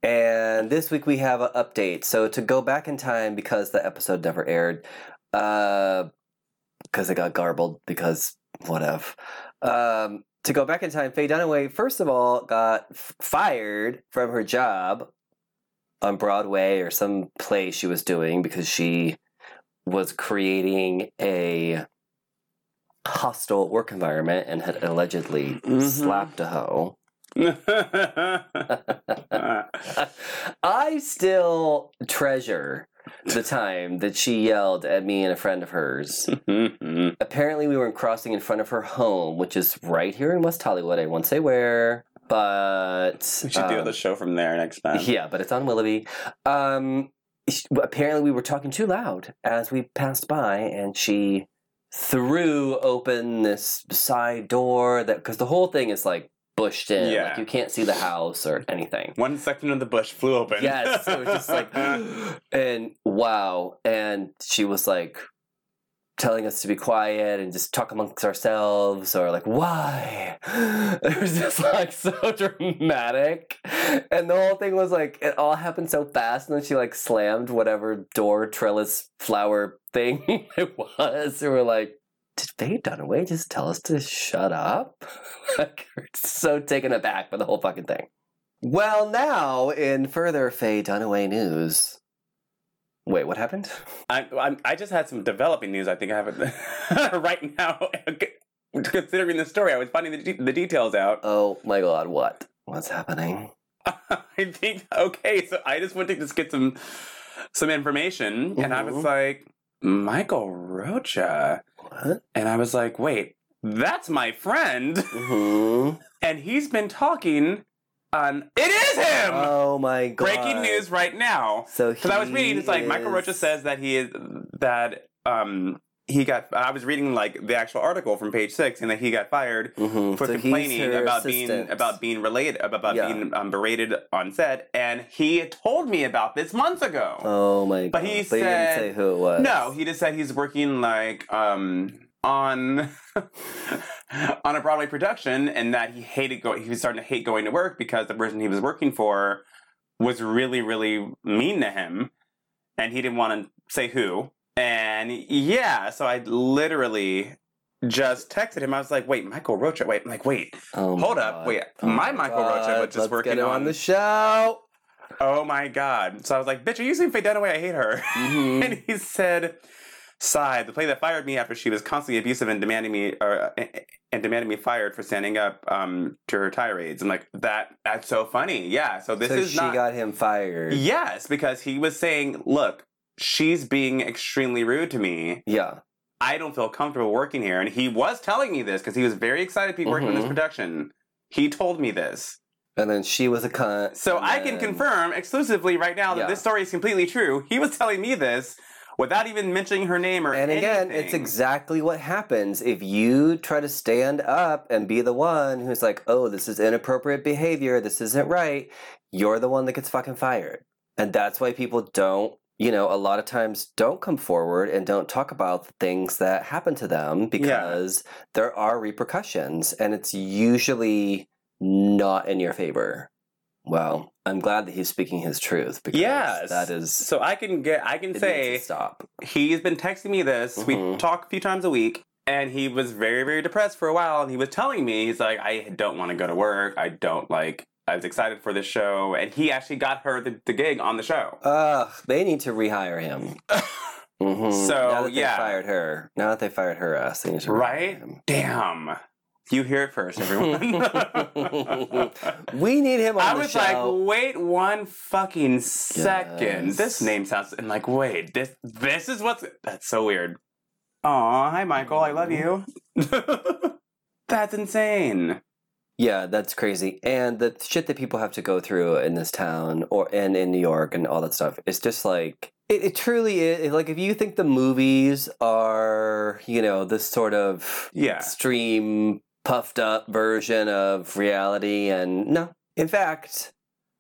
B: And this week we have an update. So to go back in time because the episode never aired, because it got garbled because whatever. Um, to go back in time, Faye Dunaway first of all got f- fired from her job on Broadway or some play she was doing because she was creating a hostile work environment and had allegedly
C: Mhm.
B: slapped a hoe. I still treasure the time that she yelled at me and a friend of hers.
C: Hmm.
B: Apparently, we were crossing in front of her home, which is right here in West Hollywood. I won't say where, but
C: <laughs> we should do
B: um,
C: the show from there next time.
B: yeah, but it's on Willoughby. Um, sh- apparently, we were talking too loud as we passed by, and she threw open this side door that because the whole thing is like bushed in,
C: Yeah.
B: like you can't see the house or anything.
C: One section of the bush flew open.
B: Yes, it was just like,
C: <laughs>
B: and wow. And she was like telling us to be quiet and just talk amongst ourselves or like, why? <laughs> It was just like so <laughs> dramatic. And the whole thing was like, it all happened so fast. And then she like slammed whatever door, trellis, flower thing <laughs> it was. And we're like, did Faye Dunaway just tell us to shut up? <laughs> like, we're so taken aback by the whole fucking thing. Well, now in further Faye Dunaway news. Wait, what happened?
C: I, I'm, I just had some developing news. I think I have it <laughs> right now. Considering the story, I was finding the, de- the details out. <laughs>
B: Oh my god, what? What's happening?
C: I think okay. So I just went to just get some some information, and I was
B: Mhm.
C: like, Michael Rocha,
B: What?
C: and I was like, wait, that's my friend, <laughs>
B: Mm-hmm.
C: and he's been talking on. It is him.
B: Oh my god.
C: Breaking news right now.
B: So
C: Because I was
B: he
C: reading, it's like Michael
B: is-
C: Rocha says that he is that um he got. I was reading like the actual article from Page Six, and that he got fired
B: Mm-hmm.
C: for complaining about being about being related about
B: Yeah.
C: being um, berated on set, and he told me about this months ago.
B: Oh my god!
C: But he said-
B: didn't say who it was.
C: No, he just said he's working like um on <laughs> on a Broadway production, and that he hated going. He was starting to hate going to work because the person he was working for was really, really mean to him, and he didn't want to say who. And yeah, so I literally just texted him. I was like, "Wait, Michael Rocha. Wait, I'm like, wait,
B: Oh my
C: hold up,
B: God.
C: wait.
B: Oh
C: my Michael Rocha was
B: God,
C: just
B: let's
C: working
B: get him on,
C: on
B: the show.
C: Oh my god. So I was like, bitch, are you seeing Faye Dunaway? I hate her. <laughs>
B: Mhm.
C: and he said, Sigh, the play that fired me after she was constantly abusive and demanding me or uh, and demanded me fired for standing up um to her tirades. I'm like, that that's so funny. Yeah. So this
B: so
C: is
B: she
C: not
B: got him fired.
C: Yes, because he was saying, Look, she's being extremely rude to me.
B: Yeah.
C: I don't feel comfortable working here. And he was telling me this because he was very excited to be working on this
B: Mhm.
C: production. He told me this.
B: And then she was a cunt.
C: So
B: and
C: I can
B: then-
C: confirm exclusively right now that
B: Yeah.
C: this story is completely true. He was telling me this without even mentioning her name or
B: And again, it's
C: anything.
B: exactly what happens if you try to stand up and be the one who's like, "Oh, this is inappropriate behavior. This isn't right." You're the one that gets fucking fired, and that's why people don't, you know, a lot of times don't come forward and don't talk about the things that happen to them because there are repercussions, and it's usually not in your favor. Well, I'm glad that he's speaking his truth because
C: Yes.
B: that is
C: So I can get I can
B: it
C: say
B: needs to stop.
C: he's been texting me this. We
B: Mhm.
C: talk a few times a week. And he was very, very depressed for a while. And he was telling me, he's like, I don't want to go to work. I don't like, I was excited for this show. And he actually got her the, the gig on the show.
B: Ugh, they need to rehire him. hmm
C: So,
B: now that they
C: yeah.
B: fired her. Now that they fired her ass, they need to rehire
C: Right?
B: him.
C: Damn. You hear it first,
B: <laughs>
C: everyone. <laughs>
B: We need him on
C: I
B: the
C: was
B: show.
C: like, wait one fucking second.
B: Yes.
C: This name sounds and like, wait, this this is what's that's so weird. Aw, hi Michael, I love you. <laughs> that's insane.
B: yeah, that's crazy. And the shit that people have to go through in this town or and in New York and all that stuff, it's just like it, it truly is like if you think the movies are, you know, this sort of
C: Yeah.
B: extreme puffed up version of reality and no in fact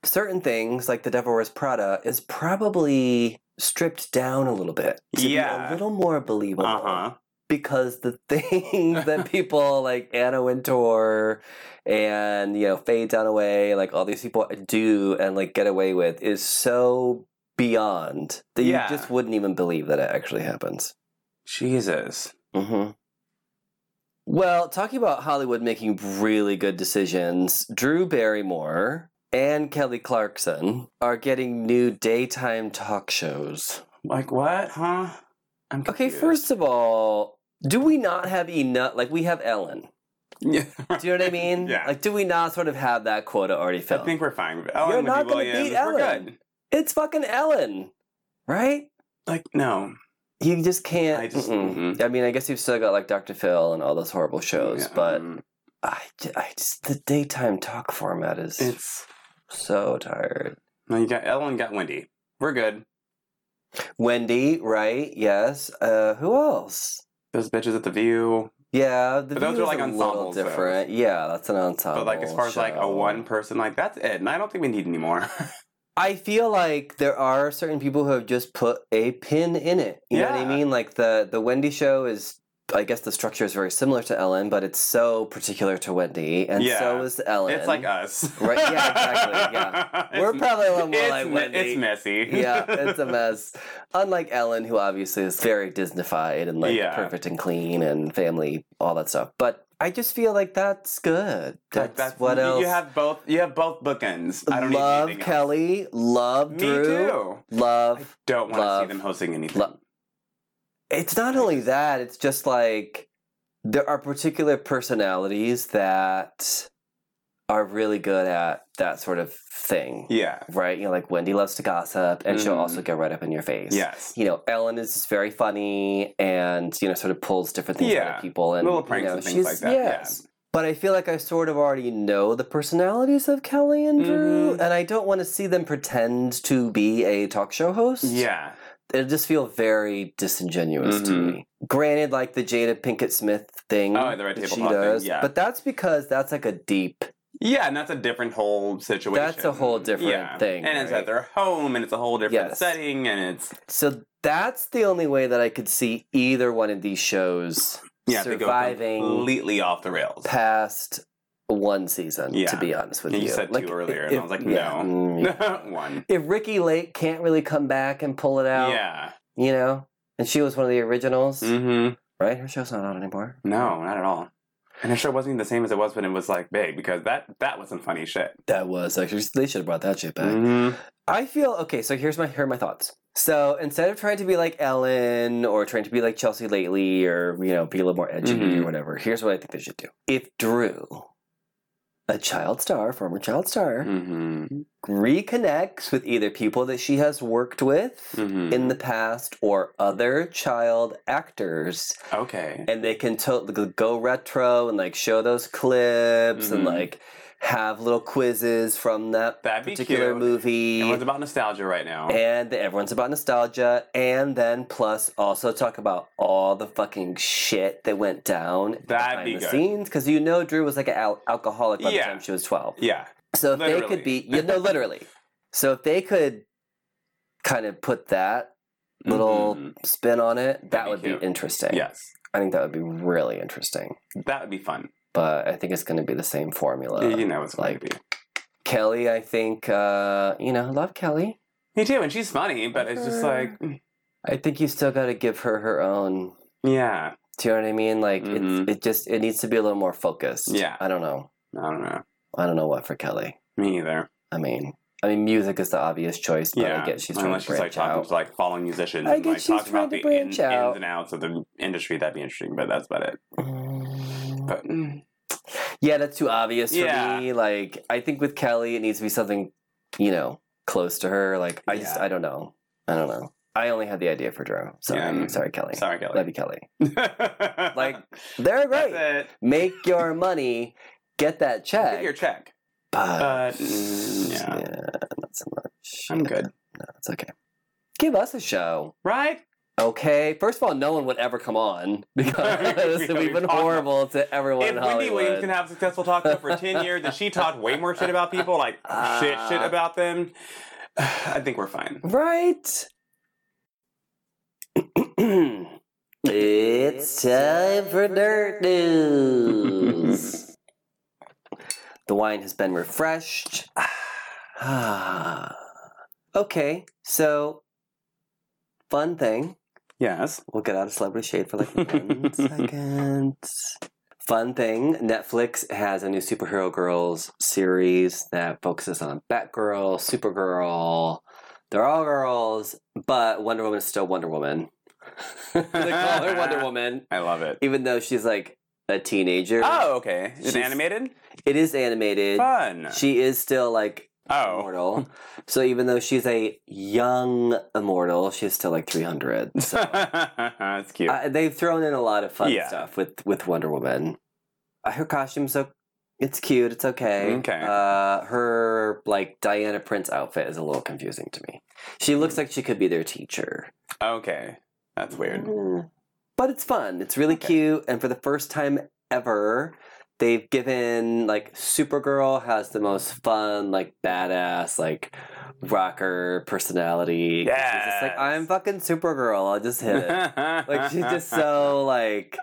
B: certain things like the devil wears prada is probably stripped down a little bit to
C: Yeah.
B: be a little more believable
C: Uh-huh.
B: because the <laughs> things
C: <laughs>
B: that people like anna wintour and you know faye dunaway like all these people do and like get away with is so beyond that
C: Yeah.
B: you just wouldn't even believe that it actually happens
C: Jesus.
B: Mm-hmm. Well, talking about Hollywood making really good decisions, Drew Barrymore and Kelly Clarkson are getting new daytime talk shows.
C: Like what? Huh? I'm
B: Okay,
C: confused.
B: first of all, do we not have enough? Like, we have Ellen.
C: <laughs>
B: <laughs>
C: Yeah.
B: Do you know what I
C: <laughs>
B: mean?
C: Yeah.
B: Like, do we not sort of have that quota already
C: I
B: filled?
C: think we're fine. Ellen
B: You're
C: would be
B: not gonna
C: Williams.
B: beat
C: We're
B: Ellen.
C: good.
B: it's fucking Ellen, right?
C: Like, no.
B: You just can't.
C: I just- mm-hmm.
B: mm-mm. I mean, I guess you've still got like Dr. Phil and all those horrible shows,
C: Yeah,
B: but
C: um,
B: I, ju- I just the daytime talk format is
C: it's
B: so tired.
C: no you got Ellen got Wendy. We're good.
B: Wendy, right? Yes. Uh, who else?
C: Those bitches at the view.
B: Yeah, the
C: But those
B: View
C: are like
B: is a little
C: ensembles, though.
B: different. Yeah, that's an ensemble.
C: But like as far as like a
B: show.
C: one person, like that's it. And I don't think we need any more.
B: I feel like there are certain people who have just put a pin in it. You know what
C: Yeah.
B: I mean? Like the the Wendy show is I guess the structure is very similar to Ellen, but it's so particular to Wendy, and
C: Yeah.
B: so is Ellen.
C: <laughs> It's like us.
B: Right, yeah,
C: <laughs>
B: exactly, yeah. We're probably a little more
C: it's,
B: like
C: me-
B: Wendy.
C: It's messy. <laughs>
B: yeah, it's a mess. Unlike Ellen, who obviously is very Disneyfied and like
C: Yeah.
B: perfect and clean and family, all that stuff. But I just feel like that's good. That's,
C: Like,
B: what
C: you-
B: else.
C: You have both. You have both bookends. I don't need
B: love
C: anything else.
B: Kelly. Love
C: Me
B: Drew.
C: too. I
B: Love.
C: don't want to see
B: Love.
C: them hosting anything.
B: Lo- It's not only that. It's just like there are particular personalities that are really good at that sort of thing.
C: yeah.
B: Right? You know, like Wendy loves to gossip, and she'll
C: Mhm.
B: also get right up in your face.
C: Yes.
B: you know, Ellen is just very funny and, you know, sort of pulls different things out
C: Yeah.
B: of people. And,
C: Little
B: you
C: pranks
B: know,
C: and things
B: she's-
C: like that.
B: Yes. But I feel like I sort of already know the personalities of Kelly and Drew,
C: Mhm.
B: and I don't want to see them pretend to be a talk show host.
C: Yeah.
B: it'll just feel very disingenuous to
C: Mhm.
B: me. Granted, like the Jada Pinkett Smith thing,
C: Oh, the red
B: that
C: tablecloth thing, yeah.
B: but that's because that's like a deep.
C: Yeah, and that's a different whole situation.
B: That's a whole different thing,
C: And it's
B: right?
C: at their home, and it's a whole different
B: Yes.
C: setting, and it's
B: So that's the only way that I could see either one of these shows
C: yeah, they go
B: surviving
C: completely off the rails.
B: past one season.
C: Yeah.
B: To be honest with
C: And
B: you,
C: you said two earlier, and I was like, no. <laughs>
B: mm,
C: One.
B: if Ricky Lake can't really come back and pull it out,
C: Yeah.
B: you know, and she was one of the originals,
C: Mm-hmm.
B: right? Her show's not on anymore.
C: No, not at all. And it sure wasn't the same as it was when it was like big because that that was some funny shit.
B: That was actually they should have brought that shit back.
C: Mm-hmm.
B: I feel okay. So here's my here are my thoughts. So instead of trying to be like Ellen or trying to be like Chelsea lately or you know be a little more edgy or
C: Mhm.
B: whatever, here's what I think they should do. If Drew, a child star, former child star,
C: Mm-hmm.
B: reconnects with either people that she has worked with
C: Mm-hmm.
B: in the past or other child actors,
C: okay.
B: and they can to- go retro and like show those clips and
C: Mhm.
B: like have little quizzes from that
C: That'd be
B: particular
C: cute.
B: movie
C: Everyone's about nostalgia right now.
B: and the- everyone's about nostalgia and then plus also talk about all the fucking shit that went down
C: That'd
B: behind
C: be
B: the
C: good.
B: scenes because you know drew was like an al- alcoholic by
C: Yeah.
B: the time she was 12
C: yeah.
B: so if they could be
C: Literally.
B: you know literally so if they could kind of put that little
C: Mhm.
B: spin on it that
C: be
B: would be,
C: cute.
B: interesting
C: Yes.
B: i think that would be really interesting
C: That would be fun.
B: but i think it's going to be the same formula
C: you know it's going
B: like-
C: to be.
B: kelly i think uh you know love kelly
C: Me too, and she's funny, but it's just like, mm,
B: i think you still got to give her her own
C: yeah,
B: Do you know what I mean? Like
C: Mhm.
B: it's, it just it needs to be a little more focused.
C: Yeah.
B: I don't know.
C: I don't know.
B: I don't know what for Kelly.
C: Me either.
B: I mean, I mean, music is the obvious choice, but
C: yeah,
B: I get she's trying
C: unless
B: to
C: she's like
B: branch
C: talking
B: out.
C: to like following musicians.
B: I
C: and,
B: get
C: like,
B: she's
C: talking
B: trying
C: about
B: to
C: the
B: branch
C: in-
B: out.
C: ins and outs of the industry. That'd be interesting, but that's about it.
B: Mm.
C: But mm,
B: yeah, that's too obvious for
C: Yeah.
B: me. Like I think with Kelly, it needs to be something, you know, close to her. Like I just
C: Yeah.
B: I don't know. I don't know. I only had the idea for Drew. Sorry,
C: Yeah.
B: sorry, Kelly.
C: sorry, Kelly.
B: Love you, Kelly.
C: like
B: Like- They're
C: that's
B: great.
C: it.
B: Make your money, get that check.
C: <laughs> Get your check.
B: but
C: But, mm, yeah.
B: not so much.
C: I'm good,
B: No, it's okay. Give us a show.
C: right?
B: Okay. First of all, no one would ever come on <laughs>
C: <laughs>
B: because
C: Yeah,
B: we've
C: we've
B: been
C: talked
B: horrible to everyone
C: if
B: in
C: Wendy Williams
B: Hollywood.
C: can have successful talk show for ten years, and she taught way more shit about people, like shit, shit
B: Ah.
C: about them. <sighs> I think we're fine.
B: right? <clears throat> it's time for nerd news. the wine has been refreshed. <sighs> okay, so fun thing.
C: Yes.
B: We'll get out of celebrity shade for like one second. Fun thing Netflix has a new Superhero Girls series that focuses on Batgirl, Supergirl. They're all girls, but Wonder Woman is still Wonder Woman. <laughs> they call her Wonder Woman,
C: I love it.
B: even though she's like a teenager.
C: Oh, okay. Is
B: She's-
C: it animated?
B: It is animated.
C: Fun.
B: She is still like
C: <laughs> oh.
B: immortal. So even though she's a young immortal, she's still like
C: <laughs>
B: 300.
C: That's cute.
B: Uh, they've thrown in a lot of fun
C: Yeah.
B: stuff with with Wonder Woman. Uh, her costume's so it's cute. It's okay.
C: Okay.
B: Uh, her like Diana Prince outfit is a little confusing to me. She looks
C: Hmm.
B: like she could be their teacher.
C: okay. That's weird.
B: <laughs> Mm. But it's fun. It's really
C: Okay.
B: cute, and for the first time ever, they've given like Supergirl has the most fun, like badass, like rocker personality. 'Cause She's just like
C: Yes.
B: I'm fucking Supergirl. I'll just hit
C: <laughs>
B: it. like she's just so like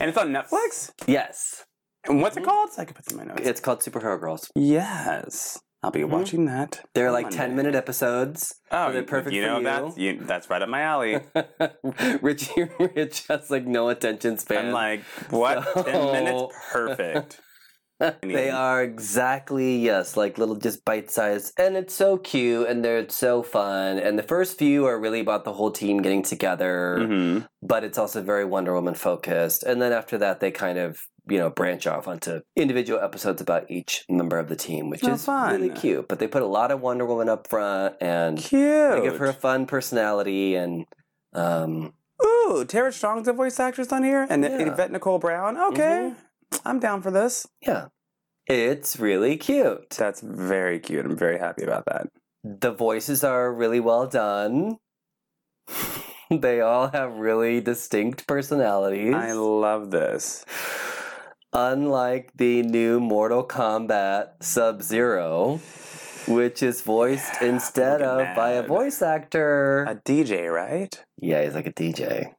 C: And it's on Netflix?
B: yes.
C: And what's
B: Mm-hmm.
C: it called? So I can put it in my notes.
B: It's called Superhero Girls.
C: yes. I'll be
B: Mhm.
C: watching that.
B: They're
C: on
B: like
C: Monday.
B: 10 minute episodes. <laughs>
C: Oh,
B: they're perfect
C: you
B: for
C: know,
B: you.
C: That's, you, that's right up my alley.
B: Richie Rich has like no attention span.
C: I'm like, what?
B: So-
C: 10 <laughs> minutes? Perfect.
B: they are exactly, yes, like little just bite sized. And it's so cute and they're so fun. And the first few are really about the whole team getting together,
C: hmm
B: but it's also very Wonder Woman focused. And then after that, they kind of. You know, branch off onto individual episodes about each member of the team, which
C: Oh,
B: is really
C: fun.
B: cute. But they put a lot of Wonder Woman up front, and
C: Cute.
B: They give her a fun personality and um
C: Ooh, Tara Strong's a voice actress on here, and
B: Yeah.
C: Yvette Nicole Brown. Okay, I'm down for this.
B: yeah. It's really cute.
C: That's very cute. I'm very happy about that.
B: The voices are really well done. <laughs> they all have really distinct personalities.
C: I love this.
B: Unlike the new Mortal Kombat Sub Zero, which
C: <sighs>
B: is voiced
C: Yeah,
B: instead
C: looking
B: of by a
C: mad.
B: voice actor.
C: A DJ, right?
B: Yeah, he's like a DJ.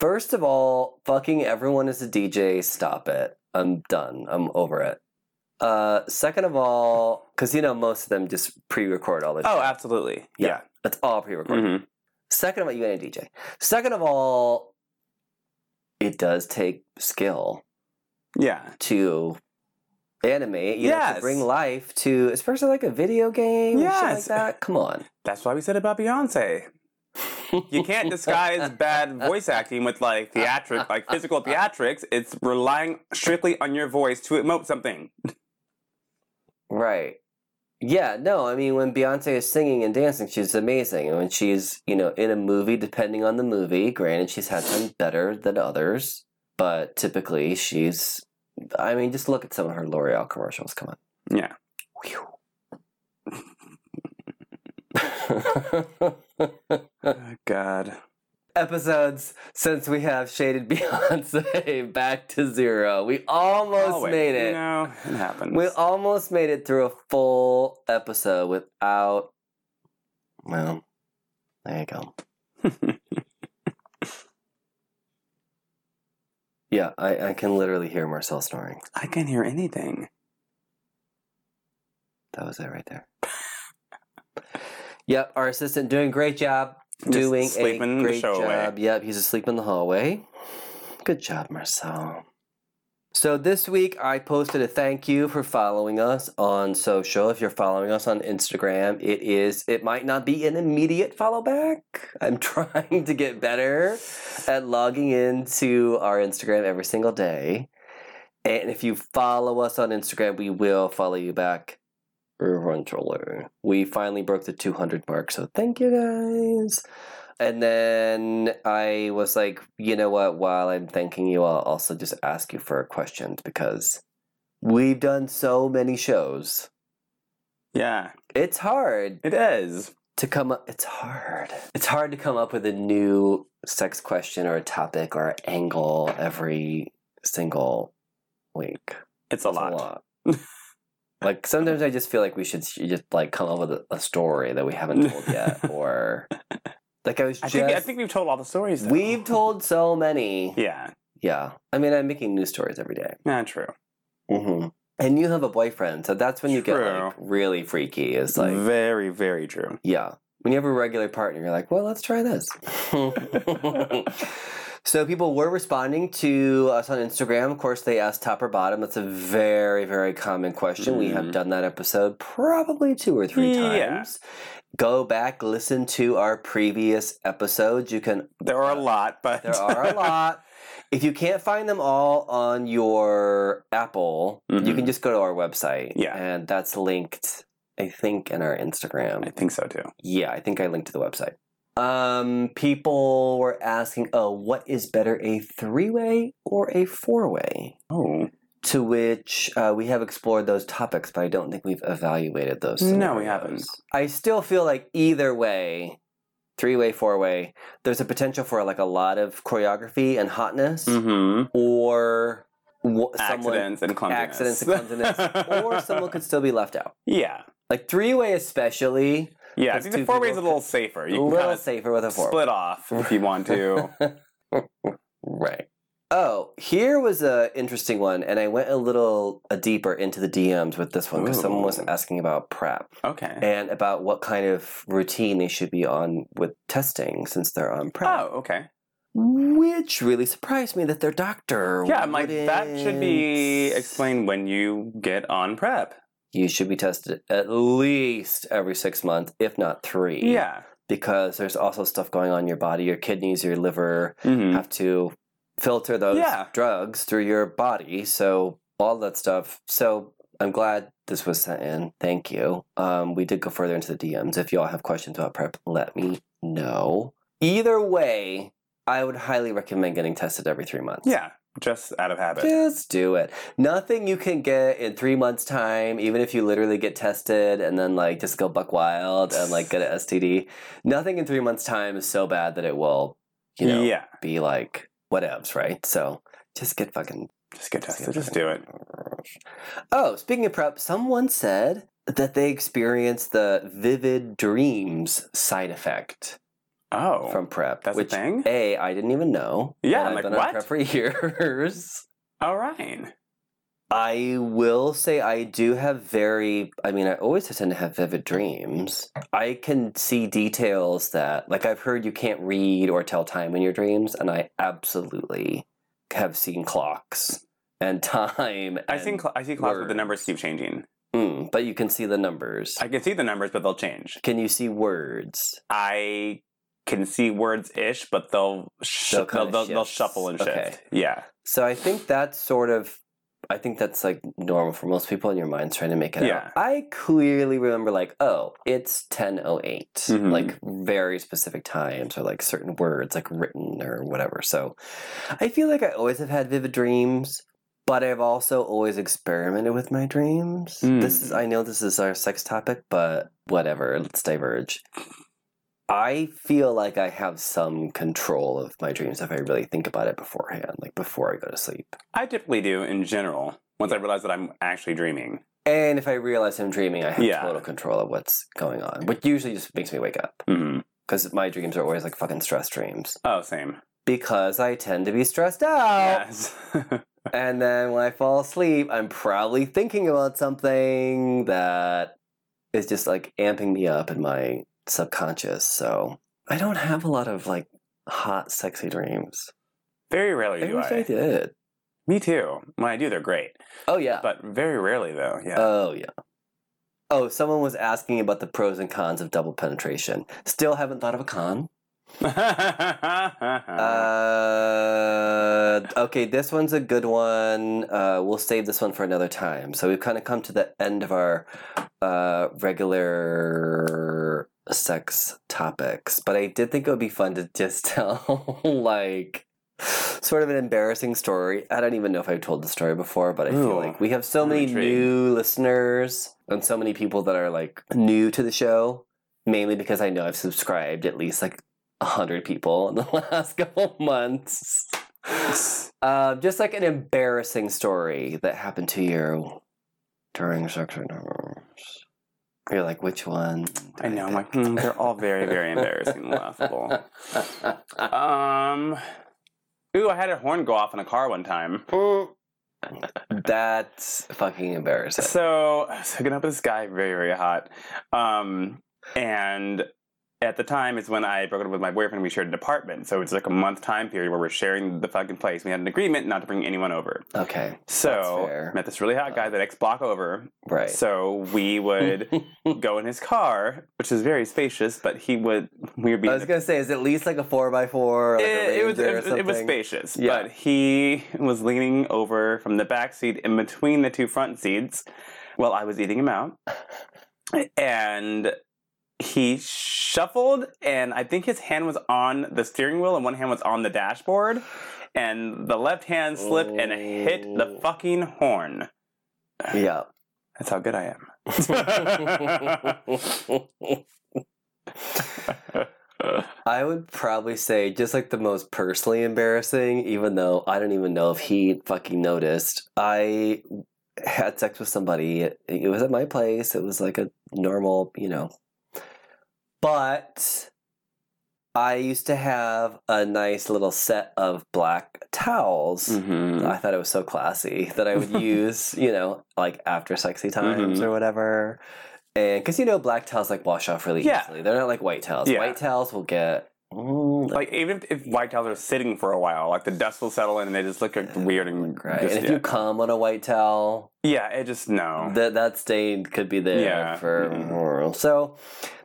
B: First of all, fucking everyone is a DJ. Stop it. I'm done. I'm over it. Uh, second of all, because you know most of them just pre-record all this.
C: Oh, absolutely. Yeah.
B: Yeah. It's all pre-recorded.
C: Mhm.
B: Second of all, you ain't a DJ. Second of all, it does take skill
C: Yeah.
B: to animate. You have to
C: Yes.
B: bring life to, especially like a video game. and
C: Yes.
B: shit like that. Come on.
C: That's why we said about Beyonce. You can't <laughs> disguise bad voice acting with like theatric, like physical theatrics. It's relying strictly on your voice to emote something.
B: Right. Yeah, no, I mean, when Beyonce is singing and dancing, she's amazing. And when she's, you know, in a movie, depending on the movie, granted, she's had some better than others, but typically she's, I mean, just look at some of her L'Oreal commercials. Come on.
C: Yeah.
B: Whew.
C: Oh, God.
B: <laughs> Episodes since we have shaded <laughs> Beyonce back to zero. We almost
C: Always.
B: made it.
C: Oh, No, it happens.
B: We almost made it through a full episode without. Well, there you go. <laughs> Yeah, I, I can literally hear Marcel snoring.
C: I can't hear anything.
B: That was it right there. <laughs> yep, our assistant doing great job.
C: Just
B: doing
C: sleeping the
B: a
C: eh?
B: great
C: show away.
B: job. Yep, he's asleep in the hallway. Good job, Marcel. So this week I posted a thank you for following us on social. If you're following us on Instagram, it is it might not be an immediate follow back. <laughs> I'm trying to get better at logging into our Instagram every single day. And if you follow us on Instagram, we will follow you back eventually. We finally broke the 200 mark, so thank you guys. And then I was like, you know what? While I'm thanking you, I'll also just ask you for questions because we've done so many shows.
C: Yeah,
B: It's hard
C: it is.
B: to come up. It's hard. It's hard to come up with a new sex question or a topic or angle every single week.
C: It's a
B: It's
C: lot.
B: <laughs> like sometimes I just feel like we should sh- just like come up with a, a story that we haven't told
C: <laughs>
B: yet, or like I was
C: I
B: just.
C: think, I think we've told all the stories. Though.
B: we've told so many.
C: Yeah,
B: Yeah. I mean, I'm making new stories every day.
C: not true.
B: Mm-hmm. And you have a boyfriend, so that's when you get like
C: True.
B: really freaky. Is like,
C: very, very true.
B: yeah. When you have a regular partner, you're like, well, let's
C: <laughs>
B: try this. <laughs> so people were responding to us on Instagram. Of course, they asked top or bottom. That's a very, very common question. We have
C: Mhm.
B: done that episode probably two or three
C: Yeah.
B: times. Go back, listen to our previous episodes. You can
C: There are a lot, but
B: there are a lot. <laughs> If you can't find them all on your Apple, you
C: Mhm.
B: can just go to our website.
C: Yeah.
B: And that's linked, I think, in our Instagram.
C: <laughs> I think so too.
B: yeah, I think I linked to the website. Um, people were asking, oh, what is better, a three way or a four way?
C: Oh
B: To which uh, we have explored those topics, but I don't think we've evaluated those.
C: No, we
B: scenarios.
C: haven't.
B: I still feel like either way, three way, four way, there's a potential for like a lot of choreography and hotness,
C: Mm-hmm.
B: or w- someone
C: Accidents and clumsiness.
B: accidents and clumsiness, or someone could still be left out.
C: <laughs> Yeah,
B: Like three way, especially,
C: yeah. I
B: Because
C: think the
B: two
C: four ways is a
B: people
C: little safer.
B: a
C: You can
B: little
C: kind
B: safer with a
C: of
B: four.
C: split off if you want to.
B: <laughs> right. Oh, here was a interesting one, and I went a little uh deeper into the DMs with this one because someone was
C: Ooh.
B: asking about prep.
C: Okay.
B: and about what kind of routine they should be on with testing since they're on prep.
C: Oh, okay.
B: Which really surprised me that their doctor.
C: Oh. Yeah, I'm like that should be
B: wouldn't-
C: explained when you get on prep.
B: You should be tested at least every six months, if not three.
C: Yeah.
B: because there's also stuff going on in your body, your kidneys, your liver
C: Mhm.
B: have to filter those
C: Yeah.
B: drugs through your body. So all that stuff. So I'm glad this was sent in. Thank you. Um, we did go further into the DMs. If y'all have questions about prep, let me know. Either way, I would highly recommend getting tested every three months.
C: Yeah. just out of habit.
B: Just do it. Nothing you can get in three months' time, even if you literally get tested and then like just go buck wild and like get an STD. Nothing in three months' time is so bad that it will, you know,
C: Yeah.
B: be like whatevs, right? So just get fucking. <laughs>
C: Just get
B: just get
C: tested. Just
B: fucking-
C: do it.
B: Oh, speaking of prep, someone said that they experienced the vivid dreams side effect
C: Oh.
B: from prep,
C: that's a
B: which
C: thing?
B: a I didn't even know.
C: Yeah, I'm
B: And I've
C: like,
B: been on
C: what?
B: prep for <laughs> years.
C: All right.
B: I will say I do have very I mean I always tend to have vivid dreams. I can see details that like I've heard you can't read or tell time in your dreams and I absolutely have seen clocks and <laughs> time.
C: I see.
B: and-
C: Cl- I see clouds, but the numbers
B: words.
C: keep changing.
B: Mm, but you can see the numbers.
C: I can see the numbers, but they'll change.
B: can you see words?
C: I can see words ish, but they'll sh- they'll,
B: They'll kinda
C: they'll, they'll,
B: shift.
C: shuffle and shift.
B: Okay.
C: Yeah,
B: So I think that's sort of I think that's like normal for most people in your mind's trying to make it
C: Yeah.
B: out. I clearly remember like, oh, it's ten
C: Mhm.
B: Like very specific times or like certain words like written or whatever. So I feel like I always have had vivid dreams, but I've also always experimented with my dreams. This is I know this is our sex topic, but whatever, let's diverge. I feel like I have some control of my dreams if I really think about it beforehand, like before I go to sleep.
C: I typically do in general. Once I realize that I'm actually dreaming.
B: And if I realize I'm dreaming, I have
C: Yeah.
B: total control of what's going on, which usually just makes me wake up
C: hmm
B: because my dreams are always like fucking stress dreams
C: Oh, same.
B: because I tend to be stressed out.
C: Yes. <laughs>
B: And then when I fall asleep, I'm probably thinking about something that is just like amping me up in my subconscious. So I don't have a lot of like hot, sexy dreams.
C: very rarely
B: I
C: do
B: wish
C: I.
B: I did.
C: Me too. When I do, they're great.
B: Oh, yeah.
C: But very rarely, though. Yeah.
B: Oh yeah. Oh, someone was asking about the pros and cons of double penetration. Still haven't thought of a con. Uh, okay, this one's a good one. Uh, we'll save this one for another time. So we've kind of come to the end of our uh, regular sex topics, but I did think it would be fun to just <laughs> tell like sort of an embarrassing story. I don't even know if I've told the story before, but I feel
C: Ooh,
B: like we have so
C: I'm
B: many
C: intrigued.
B: new listeners and so many people that are like new to the show, mainly because I know I've subscribed at least like a hundred people in the <laughs> last couple
C: <laughs>
B: months. Uh, just like an embarrassing story that happened to you during sex with nerves. You're like, which one? do
C: <laughs> I know. I'm
B: pick?"
C: like, hmm, they're all very, very embarrassing, and laughable. Um. Ooh, I had a horn go off in a car one time.
B: <laughs> That's fucking embarrassing.
C: So I was hooking up with this guy, very, very hot. Um, and at the time is when I broke up with my boyfriend. We shared an apartment, so it's like a month time period where we're sharing the fucking place. We had an agreement not to bring anyone over.
B: Okay,
C: So
B: fair.
C: met this really hot guy the next block over.
B: right.
C: So we
B: <laughs>
C: would go in his car, which is very spacious, but he would we would be.
B: I
C: in
B: was
C: the-
B: gonna say, is it at least like a four by four? Like
C: it,
B: a
C: it was
B: Ranger or
C: it, was- it was
B: something?
C: spacious,
B: Yeah.
C: but he was leaning over from the back seat in between the two front seats while I was eating him out, and he shuffled, and I think his hand was on the steering wheel and one hand was on the dashboard, and the left hand slipped and hit the
B: Oh.
C: fucking horn. <laughs>
B: Yeah.
C: That's how good I am.
B: <laughs>
C: <laughs>
B: I would probably say just like the most personally embarrassing, even though I don't even know if he fucking noticed. I had sex with somebody. It, it was at my place. It was like a normal, you know. But I used to have a nice little set of black towels.
C: Mhm.
B: I thought it was so classy that I would
C: <laughs>
B: use, you know, like after sexy times
C: Mhm.
B: or whatever. And because you know, black towels like wash off really
C: Yeah.
B: easily. They're not like white towels.
C: Yeah.
B: White towels will get mm,
C: Like even if, if white towels are sitting for a while, like the dust will settle in and they just look weird and
B: right.
C: just-
B: and if
C: yeah.
B: you come on a white towel,
C: Yeah, it just no.
B: that that stain could be there
C: Oh. Yeah.
B: for
C: Mhm.
B: so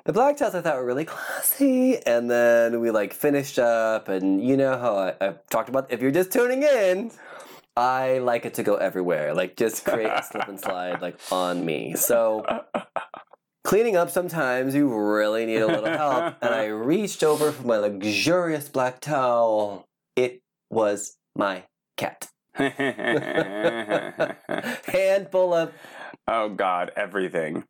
B: the black towels I thought were really <laughs> classy, and then we like finished up, and you know how I, I've talked about. If you're just tuning in, I like it to go everywhere, like just create a
C: <laughs>
B: slip and slide like on me. So. Cleaning up sometimes you really need a little help,
C: <laughs>
B: and I reached over for my luxurious black towel. It was my cat. Handful of.
C: <laughs> oh God, everything.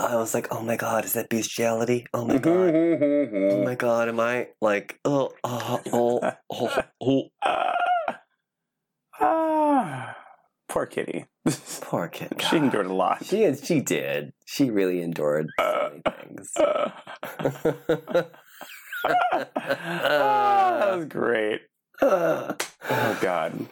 B: I was like, oh my god, is that bestiality? Oh
C: <laughs>
B: my god. Oh
C: God.
B: my god, am I like, oh, oh, oh, <laughs> oh, oh.
C: <sighs> poor Kitty. <laughs>
B: Poor kid.
C: She endured a lot.
B: She is. She did. She really endured so many <laughs> things.
C: <laughs> Ah, that was great. Oh
B: oh
C: God.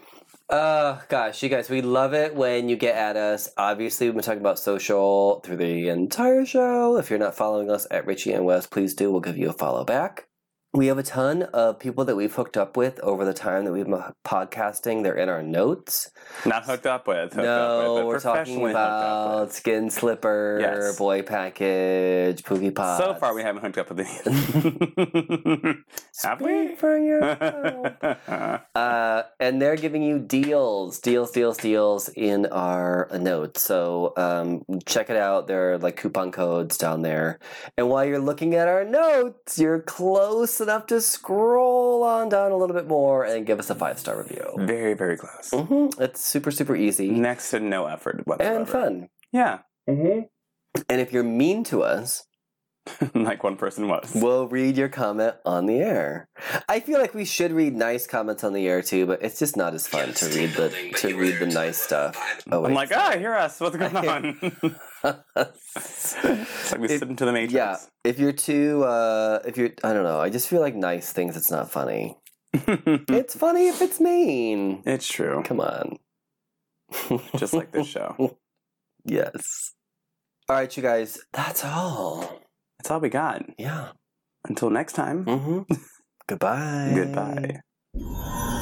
B: gosh, you guys, we love it when you get at us. Obviously, we've been talking about social through the entire show. If you're not following us at Richie and West, please do. We'll give you a follow back. We have a ton of people that we've hooked up with over the time that we've been podcasting. They're in our notes.
C: Not hooked up with. Hooked up with,
B: no,
C: but
B: we're talking
C: professionally hooked up with.
B: about skin slipper,
C: Yes.
B: boy package, poogie pop.
C: So far, we haven't hooked up with <laughs> any. have we? <laughs>
B: For your uh, and they're giving you deals, deals, deals, deals in our notes. So um, check it out. There are like coupon codes down there. And while you're looking at our notes, you're close enough to scroll on down a little bit more and give us a five star review.
C: very, very close.
B: hmm It's super, super easy
C: Next to no effort whatsoever.
B: and fun.
C: Yeah, <laughs>
B: And if you're mean to us,
C: like one person was.
B: We'll read your comment on the air. I feel like we should read nice comments on the air too, but it's just not as fun to read the to read the nice stuff. Oh,
C: I'm like,
B: <laughs>
C: ah, hear us. What's going
B: I-
C: on? <laughs> it's like we
B: It-
C: slid into the matrix.
B: yeah. If you're too, uh, if you're, I don't know. I just feel like nice things. It's not funny.
C: Hmm.
B: It's funny if it's mean.
C: <laughs> it's true.
B: Come on.
C: <laughs> Just like this show.
B: yes. All right, you guys. That's all.
C: That's all we got.
B: Yeah.
C: <laughs> Until next time.
B: Mm-hmm. Goodbye.
C: Goodbye.